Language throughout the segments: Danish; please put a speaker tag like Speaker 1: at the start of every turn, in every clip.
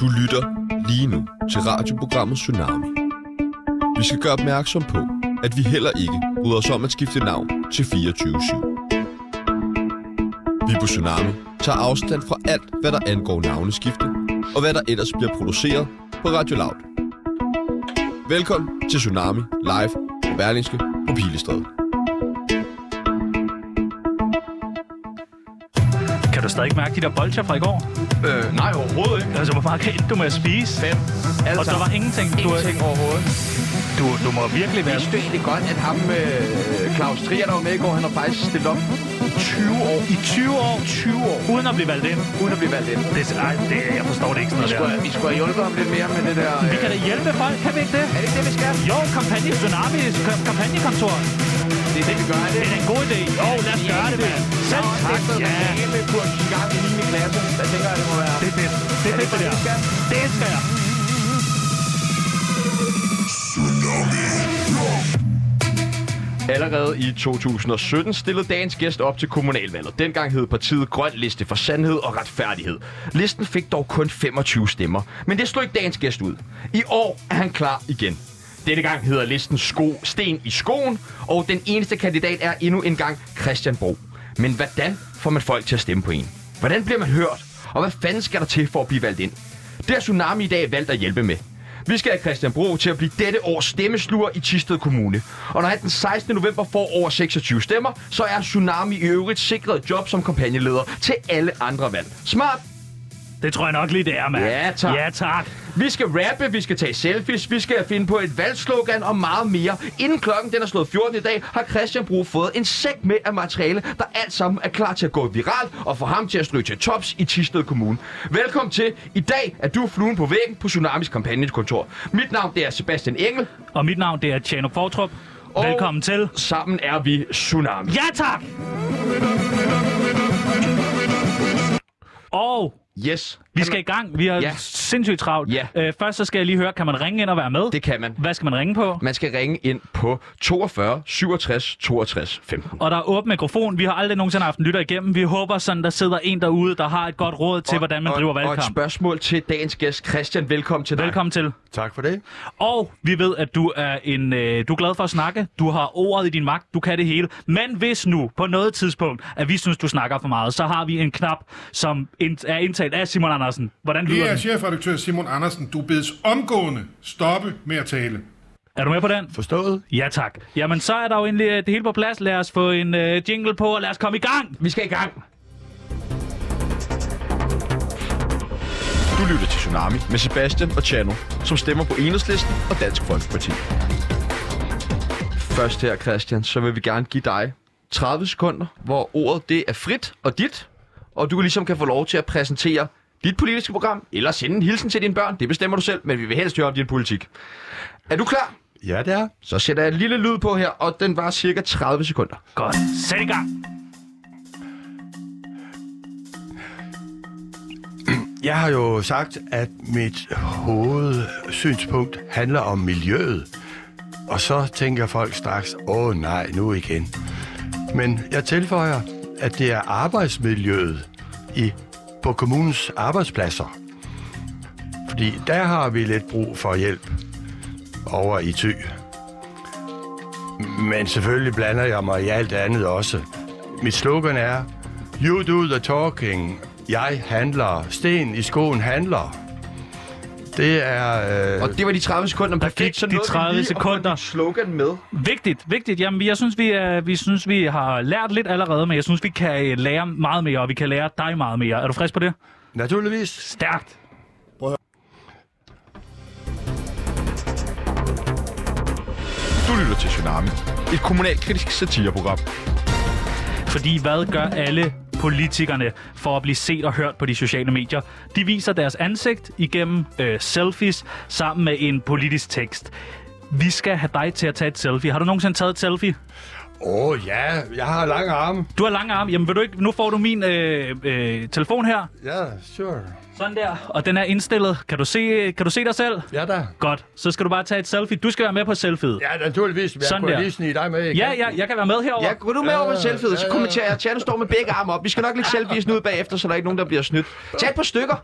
Speaker 1: Du lytter lige nu til radioprogrammet Tsunami. Vi skal gøre opmærksom på, at vi heller ikke bryder os om at skifte navn til 24-7. Vi på Tsunami tager afstand fra alt, hvad der angår navneskifte, og hvad der ellers bliver produceret på Radio Loud. Velkommen til Tsunami Live på Berlingske på Pilestræde.
Speaker 2: Kan du stadig mærke de der bolcher fra i går?
Speaker 3: Øh, nej, overhovedet ikke. Altså.
Speaker 2: Altså, hvor meget endte du med at spise?
Speaker 3: Fem. Alle
Speaker 2: Og der var ingenting, du,
Speaker 3: ingenting overhovedet.
Speaker 2: du, du må virkelig være...
Speaker 3: Jeg synes egentlig godt, at ham øh, Claus Trier, der var med i går, han har faktisk stillet op 20 år.
Speaker 2: I 20 år,
Speaker 3: 20 år,
Speaker 2: uden at blive valgt ind.
Speaker 3: uden at blive valgt ind.
Speaker 2: Det, er- ej, det, jeg forstår det ikke sådan
Speaker 3: Vi skulle,
Speaker 2: noget der.
Speaker 3: vi skulle have hjulpet ham lidt mere med det der... Øh,
Speaker 2: Vi kan da hjælpe folk, kan vi ikke det?
Speaker 3: er det ikke det, vi skal?
Speaker 2: Jo, kampagne Tsunami, k- kampagnekontor.
Speaker 3: Det er det, vi gør, er det.
Speaker 2: Det er da en god idé. Jo, lad os gøre det, mand.
Speaker 3: Der
Speaker 2: Selv
Speaker 3: er også
Speaker 2: tak.
Speaker 3: lidt
Speaker 2: Ja,
Speaker 3: med kurs i gang i 9. klasse. Jeg tænker, at det må være...
Speaker 2: det er fedt. Det er fedt, det der. Det skal jeg.
Speaker 4: Allerede i 2017 stillede dagens gæst op til kommunalvalget. Dengang hed partiet Grøn Liste for Sandhed og Retfærdighed. Listen fik dog kun 25 stemmer, men det slog ikke dagens gæst ud. I år er han klar igen. Denne gang hedder listen sko, Sten i skoen, og den eneste kandidat er endnu engang Christian Bro. Men hvordan får man folk til at stemme på en? Hvordan bliver man hørt? Og hvad fanden skal der til for at blive valgt ind? Det har Tsunami i dag valgt at hjælpe med. Vi skal have Christian Bro til at blive dette års stemmesluger i Tisted Kommune. Og når han den 16. november får over 26 stemmer, så er Tsunami i øvrigt sikret et job som kampagneleder til alle andre valg. Smart!
Speaker 2: Det tror jeg nok lige, det er, mand.
Speaker 4: Ja, tak.
Speaker 2: Ja, tak.
Speaker 4: Vi skal rappe, vi skal tage selfies, vi skal finde på et valgslogan og meget mere. Inden klokken den er slået 14 i dag, har Christian Bro fået en sæk med af materiale, der alt sammen er klar til at gå viralt og få ham til at stryge til tops i Tisted Kommune. Velkommen til. I dag er du fluen på væggen på Tsunamis kampagnekontor. Mit navn det er Sebastian Engel.
Speaker 2: Og mit navn, det er Tjano Fortrup.
Speaker 4: Og-
Speaker 2: Velkommen til.
Speaker 4: Sammen er vi Tsunami.
Speaker 2: Ja, tak. Og
Speaker 4: Yes.
Speaker 2: Vi skal i gang. Vi har ja.
Speaker 4: Ja.
Speaker 2: sindssygt travlt.
Speaker 4: Ja.
Speaker 2: Øh, først så skal jeg lige høre, kan man ringe ind og være med?
Speaker 4: Det Mm. kan man.
Speaker 2: Hvad skal man ringe på?
Speaker 4: Man skal ringe ind på 42 67 62 15.
Speaker 2: Og der er åben mikrofon. Vi har aldrig nogensinde haft en lytter igennem. Vi håber sådan, der sidder en derude, der har et godt råd til, hvordan man
Speaker 4: og,
Speaker 2: driver
Speaker 4: Og et
Speaker 2: valgkamp.
Speaker 4: spørgsmål til dagens gæst, Christian. Velkommen til dig.
Speaker 2: Velkommen til.
Speaker 5: Tak for det.
Speaker 2: Og vi ved, at du er, en, øh, du er glad for at snakke. Du har ordet i din magt. Du kan det hele. Men hvis nu, på noget tidspunkt, at vi synes, du snakker for meget, så har vi en knap, som ind- er indtalt af Simon Andersen. Hvordan lyder
Speaker 6: Det er
Speaker 2: den?
Speaker 6: chefredaktør Simon Andersen. Du bedes omgående stoppe med at tale.
Speaker 2: Er du med på den?
Speaker 5: Forstået?
Speaker 2: Ja tak. Jamen så er der jo endelig øh, det hele på plads. Lad os få en øh, jingle på, og lad os komme i gang.
Speaker 4: Vi skal i gang. Du lytter til Tsunami med Sebastian og Chano, som stemmer på Enhedslisten og Dansk Folkeparti. Først her, Christian, så vil vi gerne give dig 30 sekunder, hvor ordet det er frit og dit, og du ligesom kan få lov til at præsentere dit politiske program, eller sende en hilsen til dine børn. Det bestemmer du selv, men vi vil helst høre om din politik. Er du klar?
Speaker 5: Ja, det er.
Speaker 4: Så sætter jeg en lille lyd på her, og den var cirka 30 sekunder.
Speaker 2: Godt. Sæt i gang.
Speaker 5: Jeg har jo sagt, at mit hovedsynspunkt handler om miljøet. Og så tænker folk straks, åh nej, nu igen. Men jeg tilføjer, at det er arbejdsmiljøet i, på kommunens arbejdspladser. Fordi der har vi lidt brug for hjælp over i ty. Men selvfølgelig blander jeg mig i alt andet også. Mit slogan er, You do the talking. Jeg handler. Sten i skoen handler. Det er... Øh,
Speaker 4: Og det var de 30 sekunder. Perfekt, så
Speaker 2: de
Speaker 4: nåede vi
Speaker 2: 30
Speaker 4: lige at få
Speaker 2: sekunder.
Speaker 4: dit slogan med.
Speaker 2: Vigtigt, vigtigt. Jamen, vi- jeg synes, vi, er, vi synes, vi har lært lidt allerede, men jeg synes, vi kan øh, lære meget mere, og vi kan lære dig meget mere. Er du frisk på det?
Speaker 5: naturligvis.
Speaker 2: Stærkt.
Speaker 4: Du lytter til Tsunami, et kommunalkritisk satireprogram.
Speaker 2: Fordi hvad gør alle politikerne for at blive set og hørt på de sociale medier? De viser deres ansigt igennem øh, selfies sammen med en politisk tekst. Vi skal have dig til at tage et selfie. Har du nogensinde taget et selfie?
Speaker 5: Åh oh, ja, jeg har lange arme.
Speaker 2: Du har lange arme. Jamen, vil du ikke? Nu får du min øh, øh, telefon her.
Speaker 5: Ja, yeah, sure.
Speaker 2: Sådan der. Og den er indstillet. Kan du se, kan du se dig selv?
Speaker 5: Ja da.
Speaker 2: Godt. Så skal du bare tage et selfie. Du skal være med på selfie'et.
Speaker 5: Ja, naturligvis. Jeg
Speaker 2: Sådan
Speaker 5: Sådan kunne
Speaker 2: der.
Speaker 5: der. lige snige dig med.
Speaker 2: Ja, ja, jeg kan være med herover.
Speaker 4: Ja, gå du med over med selfie'et, så
Speaker 5: ja, ja.
Speaker 4: kommenterer jeg. Tjerno står med begge arme op. Vi skal nok lægge selfiesen ud bagefter, så der er ikke nogen, der bliver snydt. Tag et par stykker.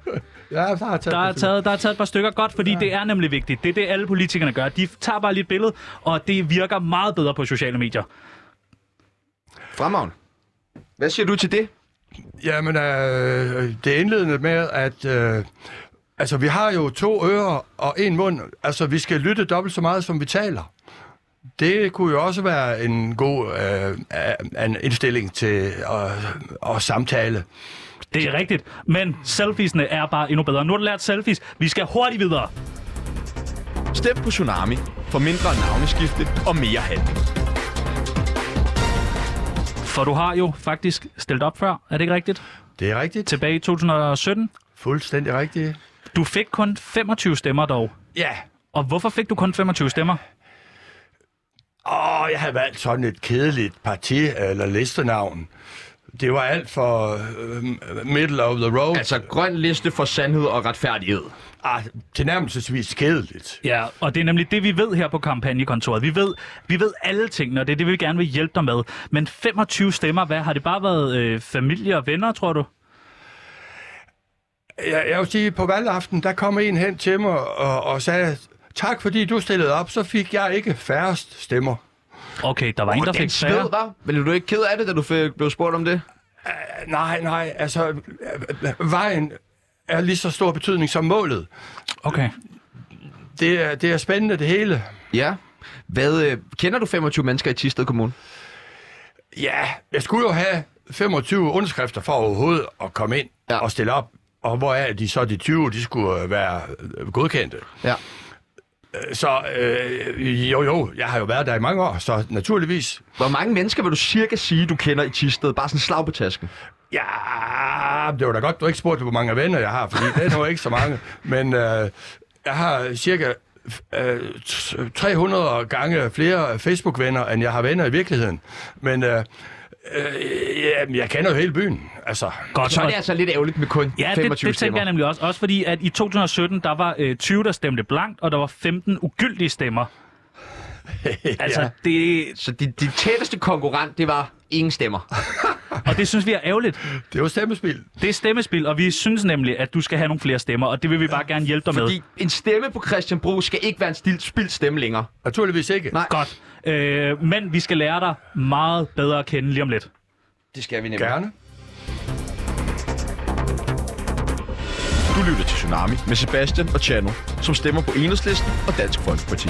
Speaker 5: Ja, der har taget
Speaker 2: Der er, taget, der er taget et par stykker godt, fordi ja. det er nemlig vigtigt. Det er det, alle politikerne gør. De tager bare lige et billede, og det virker meget bedre på sociale medier.
Speaker 4: Fremavn. Hvad siger du til det?
Speaker 5: Jamen, øh, det er indledende med, at øh, altså, vi har jo to ører og en mund. Altså, vi skal lytte dobbelt så meget, som vi taler. Det kunne jo også være en god øh, øh, en indstilling til øh, at samtale.
Speaker 2: Det er rigtigt, men selfiesne er bare endnu bedre. Nu har du lært selfies. Vi skal hurtigt videre.
Speaker 1: Stem på Tsunami for mindre navneskifte og mere handling.
Speaker 2: For du har jo faktisk stillet op før, er det ikke rigtigt?
Speaker 5: Det er rigtigt.
Speaker 2: Tilbage i 2017.
Speaker 5: Fuldstændig rigtigt.
Speaker 2: Du fik kun 25 stemmer dog.
Speaker 5: Ja.
Speaker 2: Og hvorfor fik du kun 25 stemmer?
Speaker 5: Åh, jeg havde valgt sådan et kedeligt parti- eller listenavn. Det var alt for øh, middle of the road. Altså,
Speaker 4: Altså, grøn liste for sandhed og retfærdighed.
Speaker 5: ah, tilnærmelsesvis kedeligt.
Speaker 2: Ja, og det er nemlig det, vi ved her på kampagnekontoret. Vi ved, vi ved alle tingene, og det er det, vi gerne vil hjælpe dig med. Men 25 stemmer, hvad? Har det bare været øh, familie og venner, tror du?
Speaker 5: Jeg, jeg vil sige, på valgaften, der kom en hen til mig og, og sagde, tak fordi du stillede op, så fik jeg ikke færrest stemmer.
Speaker 2: Okay, der var en, der
Speaker 4: Den
Speaker 2: fik
Speaker 4: sved,
Speaker 2: færre.
Speaker 4: hva'? Blev du ikke ked af det, da du fik, blev spurgt om det?
Speaker 5: Nej, nej, altså, øh, vejen er lige så stor betydning som målet.
Speaker 2: Okay.
Speaker 5: Det er, det er spændende, det hele.
Speaker 4: Ja. Hvad, øh, kender du 25 mennesker i Tisted Kommune?
Speaker 5: Ja, jeg skulle jo have 25 underskrifter for overhovedet at komme ind
Speaker 4: Ja.
Speaker 5: ja. og stille op. Og hvor er de så de 20, de skulle øh, være øh, godkendte.
Speaker 4: Ja.
Speaker 5: Øh, Så øh, jo, jo, jeg har jo været der i mange år, så naturligvis.
Speaker 4: Hvor mange mennesker vil du cirka sige, du kender i Tisted? Bare sådan slag på tasken.
Speaker 5: Ja, det var da godt, du ikke spurgte, hvor mange venner jeg har, fordi det er nu ikke så mange. Men øh, jeg har cirka øh, t- 300 gange flere Facebook-venner, end jeg har venner i virkeligheden. Men øh, øh, jamen, jeg kender jo hele byen, altså.
Speaker 2: Godt.
Speaker 4: Så er
Speaker 2: og-
Speaker 4: det altså lidt ærgerligt med kun
Speaker 2: Ja, det,
Speaker 4: 25
Speaker 2: det tænker
Speaker 4: stemmer.
Speaker 2: jeg nemlig også. Også fordi, at i 2017, der var øh, 20, der stemte blankt, og der var 15 ugyldige stemmer. altså,
Speaker 5: Ja.
Speaker 2: det,
Speaker 4: Så de, de tætteste konkurrent, det var ingen stemmer.
Speaker 2: og det synes vi er ærgerligt.
Speaker 5: Det er jo stemmespil.
Speaker 2: Det er stemmespil, og vi synes nemlig, at du skal have nogle flere stemmer, og det vil vi bare gerne hjælpe dig med.
Speaker 4: Fordi en stemme på Christian Bro skal ikke være en stil, spildt stemme længere.
Speaker 5: Naturligvis ikke.
Speaker 4: Nej.
Speaker 2: Godt. Øh, men vi skal lære dig meget bedre at kende lige om lidt.
Speaker 4: Det skal vi nemlig.
Speaker 5: Gerne.
Speaker 1: Du lytter til Tsunami med Sebastian og Chano, som stemmer på Enhedslisten og Dansk Folkeparti.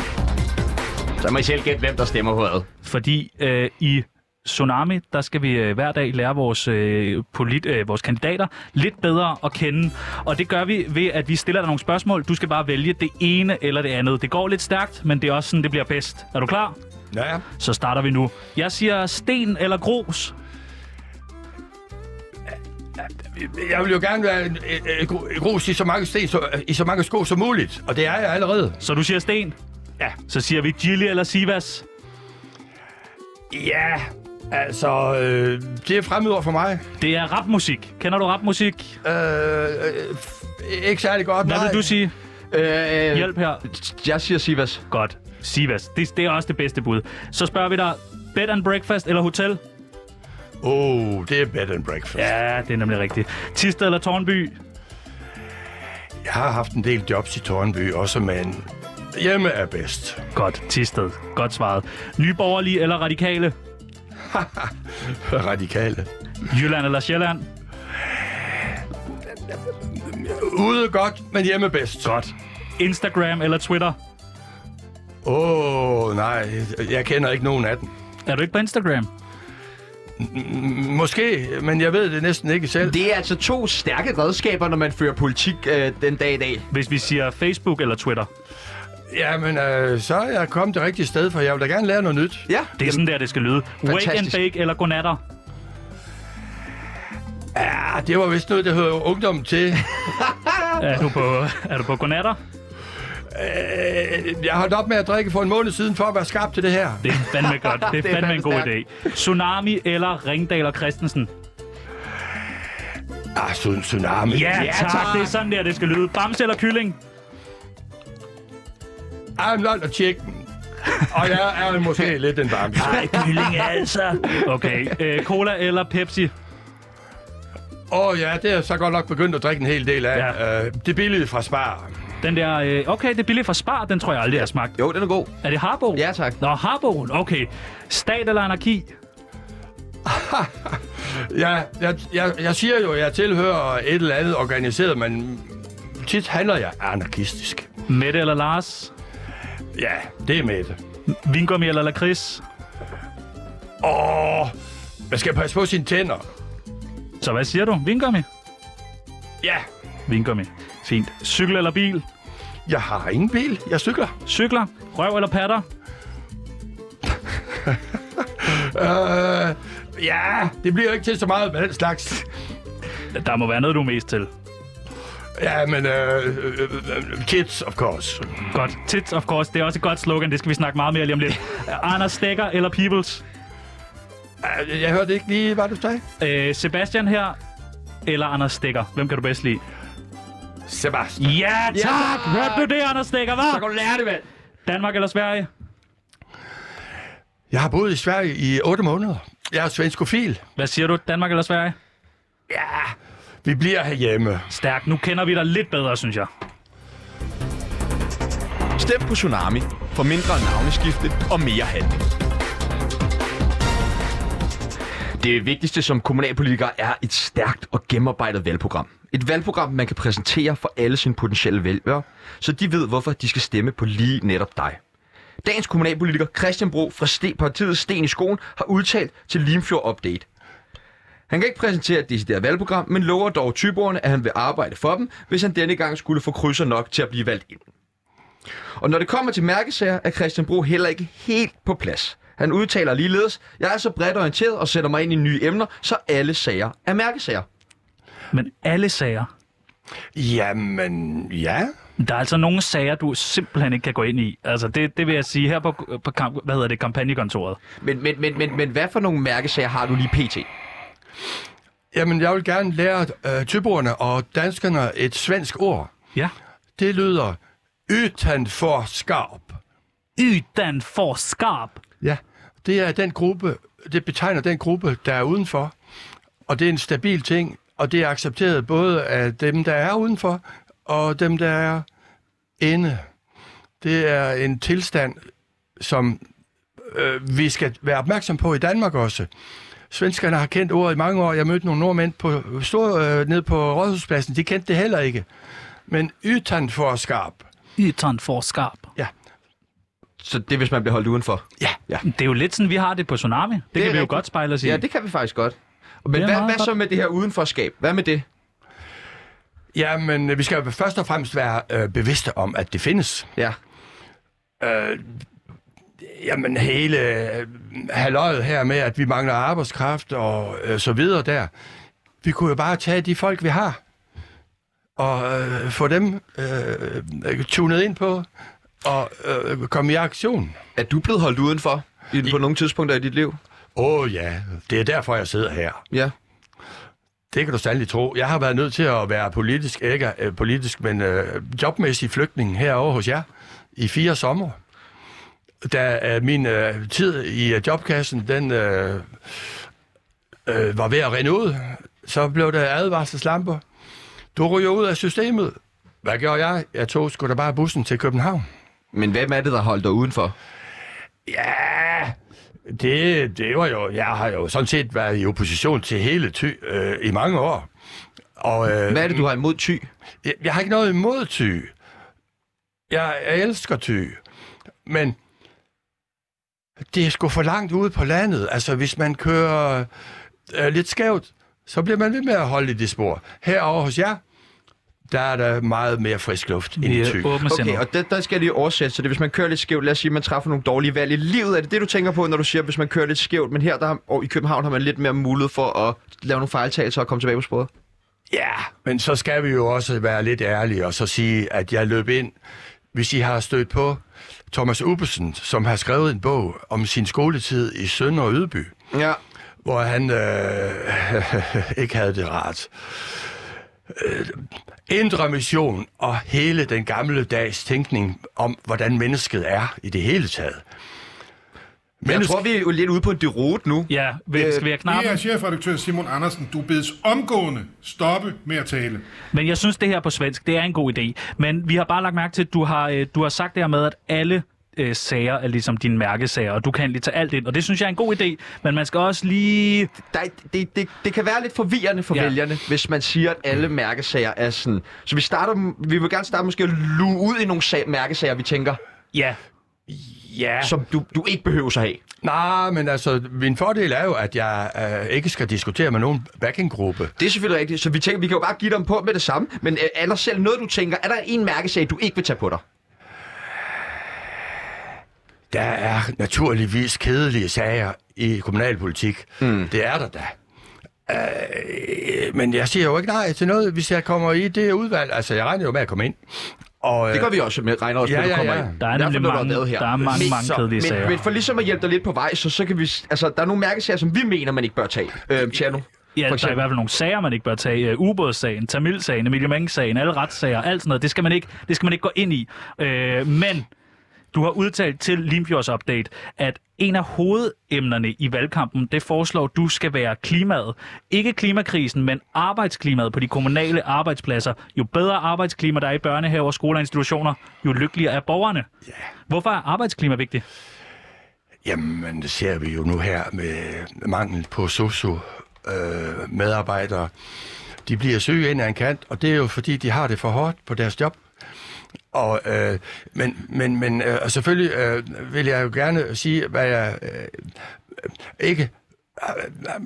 Speaker 4: Så må I selv gætte, hvem der stemmer på hvad.
Speaker 2: Fordi øh, i Tsunami, der skal vi øh, hver dag lære vores, øh, polit, øh, vores kandidater lidt bedre at kende. Og det gør vi ved, at vi stiller dig nogle spørgsmål. Du skal bare vælge det ene eller det andet. Det går lidt stærkt, men det er også sådan, det bliver bedst. Er du klar?
Speaker 5: Ja, ja.
Speaker 2: Så starter vi nu. Jeg siger sten eller grus.
Speaker 5: Jeg vil jo gerne være en, en, en, gro- en grus i så, mange sten, så, øh, i så mange sko som muligt, og det er jeg allerede.
Speaker 2: Så du siger sten?
Speaker 5: Ja.
Speaker 2: Så siger vi Gilly eller Sivas.
Speaker 5: Ja, altså, øh, det er fremmedord for mig.
Speaker 2: Det er rapmusik. Kender du rapmusik?
Speaker 5: Øh, øh, f- ikke særlig godt,
Speaker 2: Hvad
Speaker 5: nej.
Speaker 2: vil du sige?
Speaker 4: Øh,
Speaker 2: Hjælp her.
Speaker 4: Jeg siger Sivas.
Speaker 2: Godt. Sivas. Det, det er også det bedste bud. Så spørger vi dig, bed and breakfast eller hotel?
Speaker 5: Oh, det er bed and breakfast. Ja.
Speaker 2: Ja, det er nemlig rigtigt. Tisted eller Tornby?
Speaker 5: Jeg har haft en del jobs i Tornby, også men hjemme er bedst.
Speaker 2: Godt, Tisted. Godt svaret. Nyborgerlige eller radikale?
Speaker 5: Radikale.
Speaker 2: Jylland eller Sjælland?
Speaker 5: Ude godt, men hjemme bedst.
Speaker 2: Godt. Instagram eller Twitter?
Speaker 5: Åh, oh, nej, jeg kender ikke nogen af dem.
Speaker 2: Er du ikke på Instagram?
Speaker 5: Måske, men jeg ved det næsten ikke selv.
Speaker 4: Det er altså to stærke redskaber, når man fører politik øh, den dag i dag.
Speaker 2: Hvis vi siger Facebook eller Twitter.
Speaker 5: Jamen, øh, så er jeg kommet det rigtige sted, for jeg vil da gerne lære noget nyt.
Speaker 4: Ja,
Speaker 2: Det er sådan der, det skal lyde. Wake and
Speaker 4: fantastisk.
Speaker 2: bake eller godnatter?
Speaker 5: Ja, Ah, det var vist noget, der hører ungdommen til.
Speaker 2: Er du på, er du på godnatter?
Speaker 5: Øh, jeg holdt op med at drikke for en måned siden, for at være skarp til det her.
Speaker 2: Det er fandme godt. Det er,
Speaker 4: Det er
Speaker 2: fandme en god idé.
Speaker 4: fandme
Speaker 2: Tsunami eller Ringdal og Christensen?
Speaker 5: Ah, sådan tsunami.
Speaker 2: Ja, ja tak. tak. Det er sådan der, det skal lyde. Bamse eller kylling?
Speaker 5: I'm not a chicken. Og jeg er måske lidt en bamse.
Speaker 2: Ej, kylling altså. Okay. Øh, cola eller Pepsi?
Speaker 5: Åh oh, ja, det er så godt nok begyndt at drikke en hel del af.
Speaker 2: Ja.
Speaker 5: Ja. Uh, det billede fra Spar.
Speaker 2: Den der, øh, okay, det er billigt fra Spar, den tror jeg aldrig, jeg har smagt.
Speaker 4: Jo, den er god.
Speaker 2: Er det Harbo?
Speaker 4: Ja, tak.
Speaker 2: Nå, Harboen, okay. Stat eller anarki?
Speaker 5: Ja, jeg, jeg, jeg siger jo, at jeg tilhører et eller andet organiseret, men tit handler jeg anarkistisk.
Speaker 2: Mette eller Lars?
Speaker 5: Ja, det er med det.
Speaker 2: Vingummi eller lakrids?
Speaker 5: Åh, man skal passe på sine tænder.
Speaker 2: Så hvad siger du? Vingummi?
Speaker 5: Ja,
Speaker 2: Vingummi. Fint. Cykel eller bil?
Speaker 5: jeg har ingen bil. Jeg cykler.
Speaker 2: Cykler? Røv eller patter?
Speaker 5: Øh, ja, det bliver jo ikke til så meget med den slags.
Speaker 2: Der må være noget, du er mest til.
Speaker 5: Ja, men øh, øh, øh, kids, of course.
Speaker 2: Godt. Tits, of course. Det er også et godt slogan. Det skal vi snakke meget mere lige om lidt. Anders Stegger eller Peoples?
Speaker 5: Øh, Jeg hørte ikke lige, hvad du sagde.
Speaker 2: Øh, Sebastian her eller Anders Stegger? Hvem kan du bedst lide?
Speaker 5: Sebastian.
Speaker 2: Ja, tak! Ja! Hørte du det, Anders Stegger, hva'? Så kan du lære det, mand. Danmark eller Sverige?
Speaker 5: Jeg har boet i Sverige i 8 måneder. Jeg er svenskofil.
Speaker 2: Hvad siger du? Danmark eller Sverige?
Speaker 5: Vi bliver herhjemme.
Speaker 2: Stærkt. Nu kender vi dig lidt bedre, synes jeg.
Speaker 1: Stem på Tsunami for mindre navneskifte og mere handling.
Speaker 4: Det vigtigste som kommunalpolitiker er et stærkt og gennemarbejdet valgprogram. Et valgprogram, man kan præsentere for alle sine potentielle vælgere, så de ved, hvorfor de skal stemme på lige netop dig. Dagens kommunalpolitiker Christian Bro fra Ste- partiet Sten i Skolen har udtalt til Limfjord Update. Han kan ikke præsentere et decideret valgprogram, men lover dog typerne, at han vil arbejde for dem, hvis han denne gang skulle få krydser nok til at blive valgt ind. Og når det kommer til mærkesager, er Christian Bro heller ikke helt på plads. Han udtaler ligeledes, jeg er så bredt orienteret og sætter mig ind i nye emner, så alle sager er mærkesager.
Speaker 2: Men alle sager.
Speaker 5: Jamen, ja.
Speaker 2: Der er altså nogle sager, du simpelthen ikke kan gå ind i. Altså, det, det vil jeg sige her på, på kamp, hvad hedder det, kampagnekontoret.
Speaker 4: Men, men, men, men, men hvad for nogle mærkesager har du lige pt?
Speaker 5: Jamen, jeg vil gerne lære øh, tyborerne og danskerne et svensk ord.
Speaker 2: Ja.
Speaker 5: Det lyder utanforskab.
Speaker 2: Ydan for skarp.
Speaker 5: Ja, det er den gruppe, det betegner den gruppe, der er udenfor. Og det er en stabil ting, og det er accepteret både af dem, der er udenfor, og dem, der er inde. Det er en tilstand, som øh, vi skal være opmærksom på i Danmark også. Svenskerne har kendt ordet i mange år. Jeg mødte nogle nordmænd på, stor, øh, nede på Rådhuspladsen. De kendte det heller ikke. Men utanforskab,
Speaker 2: Ydan for skarp.
Speaker 5: ja,
Speaker 4: Så det er, hvis man bliver holdt udenfor.
Speaker 2: Det er jo lidt sådan, vi har det på Tsunami. Det, det kan vi jo
Speaker 4: rigtigt.
Speaker 2: godt spejle os i.
Speaker 4: Ja, det kan vi faktisk godt. Men
Speaker 2: Det er
Speaker 4: hvad,
Speaker 2: meget
Speaker 4: hvad så
Speaker 2: godt.
Speaker 4: med det her udenforskab? Hvad med det?
Speaker 5: Ja, men øh, vi skal jo først og fremmest være øh, bevidste om, at det findes.
Speaker 4: Ja.
Speaker 5: Jamen hele øh, halvøjet her med, at vi mangler arbejdskraft og øh, så videre der. Vi kunne jo bare tage de folk, vi har, og øh, få dem øh, tunet ind på og øh, komme i aktion.
Speaker 4: Er du blevet holdt udenfor i, på nogle tidspunkter i dit liv?
Speaker 5: Åh oh, ja, det er derfor, jeg sidder her.
Speaker 4: Ja.
Speaker 5: Det kan du sandelig tro. Jeg har været nødt til at være politisk, ikke øh, politisk, men øh, jobmæssig flygtning herovre hos jer i fire sommer. Da øh, min øh, tid i øh, jobkassen, den øh, øh, var ved at rinde ud, så blev der advarselslamper. Du ryger ud af systemet. Hvad gjorde jeg? Jeg tog sgu da bare bussen til København.
Speaker 4: Men hvem er det, der holdt dig udenfor?
Speaker 5: Ja, det, det var jo... Jeg har jo sådan set været i opposition til hele ty øh, i mange år. Og, øh,
Speaker 4: Hvad er det, du har imod ty?
Speaker 5: Jeg, jeg har ikke noget imod ty. Jeg, jeg elsker ty. Men det er sgu for langt ude på landet. Altså, hvis man kører øh, lidt skævt, så bliver man ved med at holde i det spor. Herovre hos jer, der er der meget mere frisk luft end
Speaker 2: Vi
Speaker 5: i
Speaker 2: er
Speaker 5: ty.
Speaker 2: åbne
Speaker 4: Okay,
Speaker 2: okay,
Speaker 4: og det, der skal jeg lige oversætte, så det er, hvis man kører lidt skævt, lad os sige, at man træffer nogle dårlige valg i livet. Er det det, du tænker på, når du siger, hvis man kører lidt skævt, men her der, og i København har man lidt mere mulighed for at lave nogle fejltagelser og komme tilbage på sporet?
Speaker 5: Ja, men så skal vi jo også være lidt ærlige og så sige, at jeg løb ind, hvis I har stødt på Thomas Ubbesen, som har skrevet en bog om sin skoletid i Sønder Ydby.
Speaker 4: Ja.
Speaker 5: hvor han øh, ikke havde det rart. Øh, indre mission og hele den gamle dags tænkning om, hvordan mennesket er i det hele taget.
Speaker 4: Men jeg tror, vi er jo lidt ude på en deroute nu.
Speaker 2: Ja, øh, skal vi have
Speaker 6: Det
Speaker 2: knappen?
Speaker 6: er chefredaktør Simon Andersen. Du bedes omgående stoppe med at tale.
Speaker 2: Men jeg synes, det her på svensk, det er en god idé. Men vi har bare lagt mærke til, at du har, øh, du har sagt det her med, at alle øh, sager er ligesom dine mærkesager, og du kan lige tage alt ind. Og det synes jeg er en god idé, men man skal også lige...
Speaker 4: der, er- det, det, det kan være lidt forvirrende for
Speaker 2: Ja.
Speaker 4: ja. Mm. vælgerne, hvis man siger, at alle mærkesager er sådan. Så vi starter, vi vil gerne starte måske at luge ud i nogle sag, mærkesager, vi tænker,
Speaker 2: Ja,
Speaker 4: ja. som du, du ikke behøver at have.
Speaker 5: Nej, men altså, min fordel er jo, at jeg øh, ikke skal diskutere med nogen backinggruppe.
Speaker 4: Det er selvfølgelig rigtigt, så vi tænker, vi kan jo bare give dem på med det samme. Men øh, er der selv noget, du tænker, er der en mærkesag, du ikke vil tage på dig?
Speaker 5: Der er naturligvis kedelige sager i kommunalpolitik. Mm. Det er der da. Øh, men jeg siger jo ikke nej til noget, hvis jeg kommer i det udvalg. Altså, jeg regner jo med at komme ind. Og, øh,
Speaker 4: Det gør vi også med, regner også
Speaker 5: Ja,
Speaker 4: med, at du
Speaker 5: ja,
Speaker 4: kommer
Speaker 5: ja.
Speaker 4: ind.
Speaker 2: der er
Speaker 4: I hvert fald,
Speaker 2: nemlig
Speaker 4: når du
Speaker 2: mange,
Speaker 4: været her.
Speaker 2: der er mange,
Speaker 4: Men-
Speaker 2: mange
Speaker 5: så-
Speaker 2: kedelige sager.
Speaker 4: Men, men for ligesom at hjælpe dig lidt på vej, så, så kan vi... s- Altså, der er nogle mærkesager, som vi mener, man ikke bør tage. Øh, Tjerno,
Speaker 2: Ja,
Speaker 4: for
Speaker 2: der er i
Speaker 4: eksempel.
Speaker 2: hvert fald nogle sager, man ikke bør tage. Uh, Ubådssagen, Tamilsagen, Emilie Meng-sagen, alle retssager, alt sådan noget. Det skal man ikke, det skal man ikke gå ind i. Øh, men du har udtalt til Limfjords Update, at en af hovedemnerne i valgkampen, det foreslår, du skal være klimaet. Ikke klimakrisen, men arbejdsklimaet på de kommunale arbejdspladser. Jo bedre arbejdsklima der er i børnehaver, skoler og institutioner, jo lykkeligere er borgerne. Yeah. Hvorfor er arbejdsklima vigtigt?
Speaker 5: Jamen, det ser vi jo nu her med mangel på socio-medarbejdere. De bliver syge ind ad en kant, og det er jo fordi, de har det for hårdt på deres job. Og, øh, men men, men øh, og selvfølgelig øh, vil jeg jo gerne sige, hvad jeg øh, ikke har-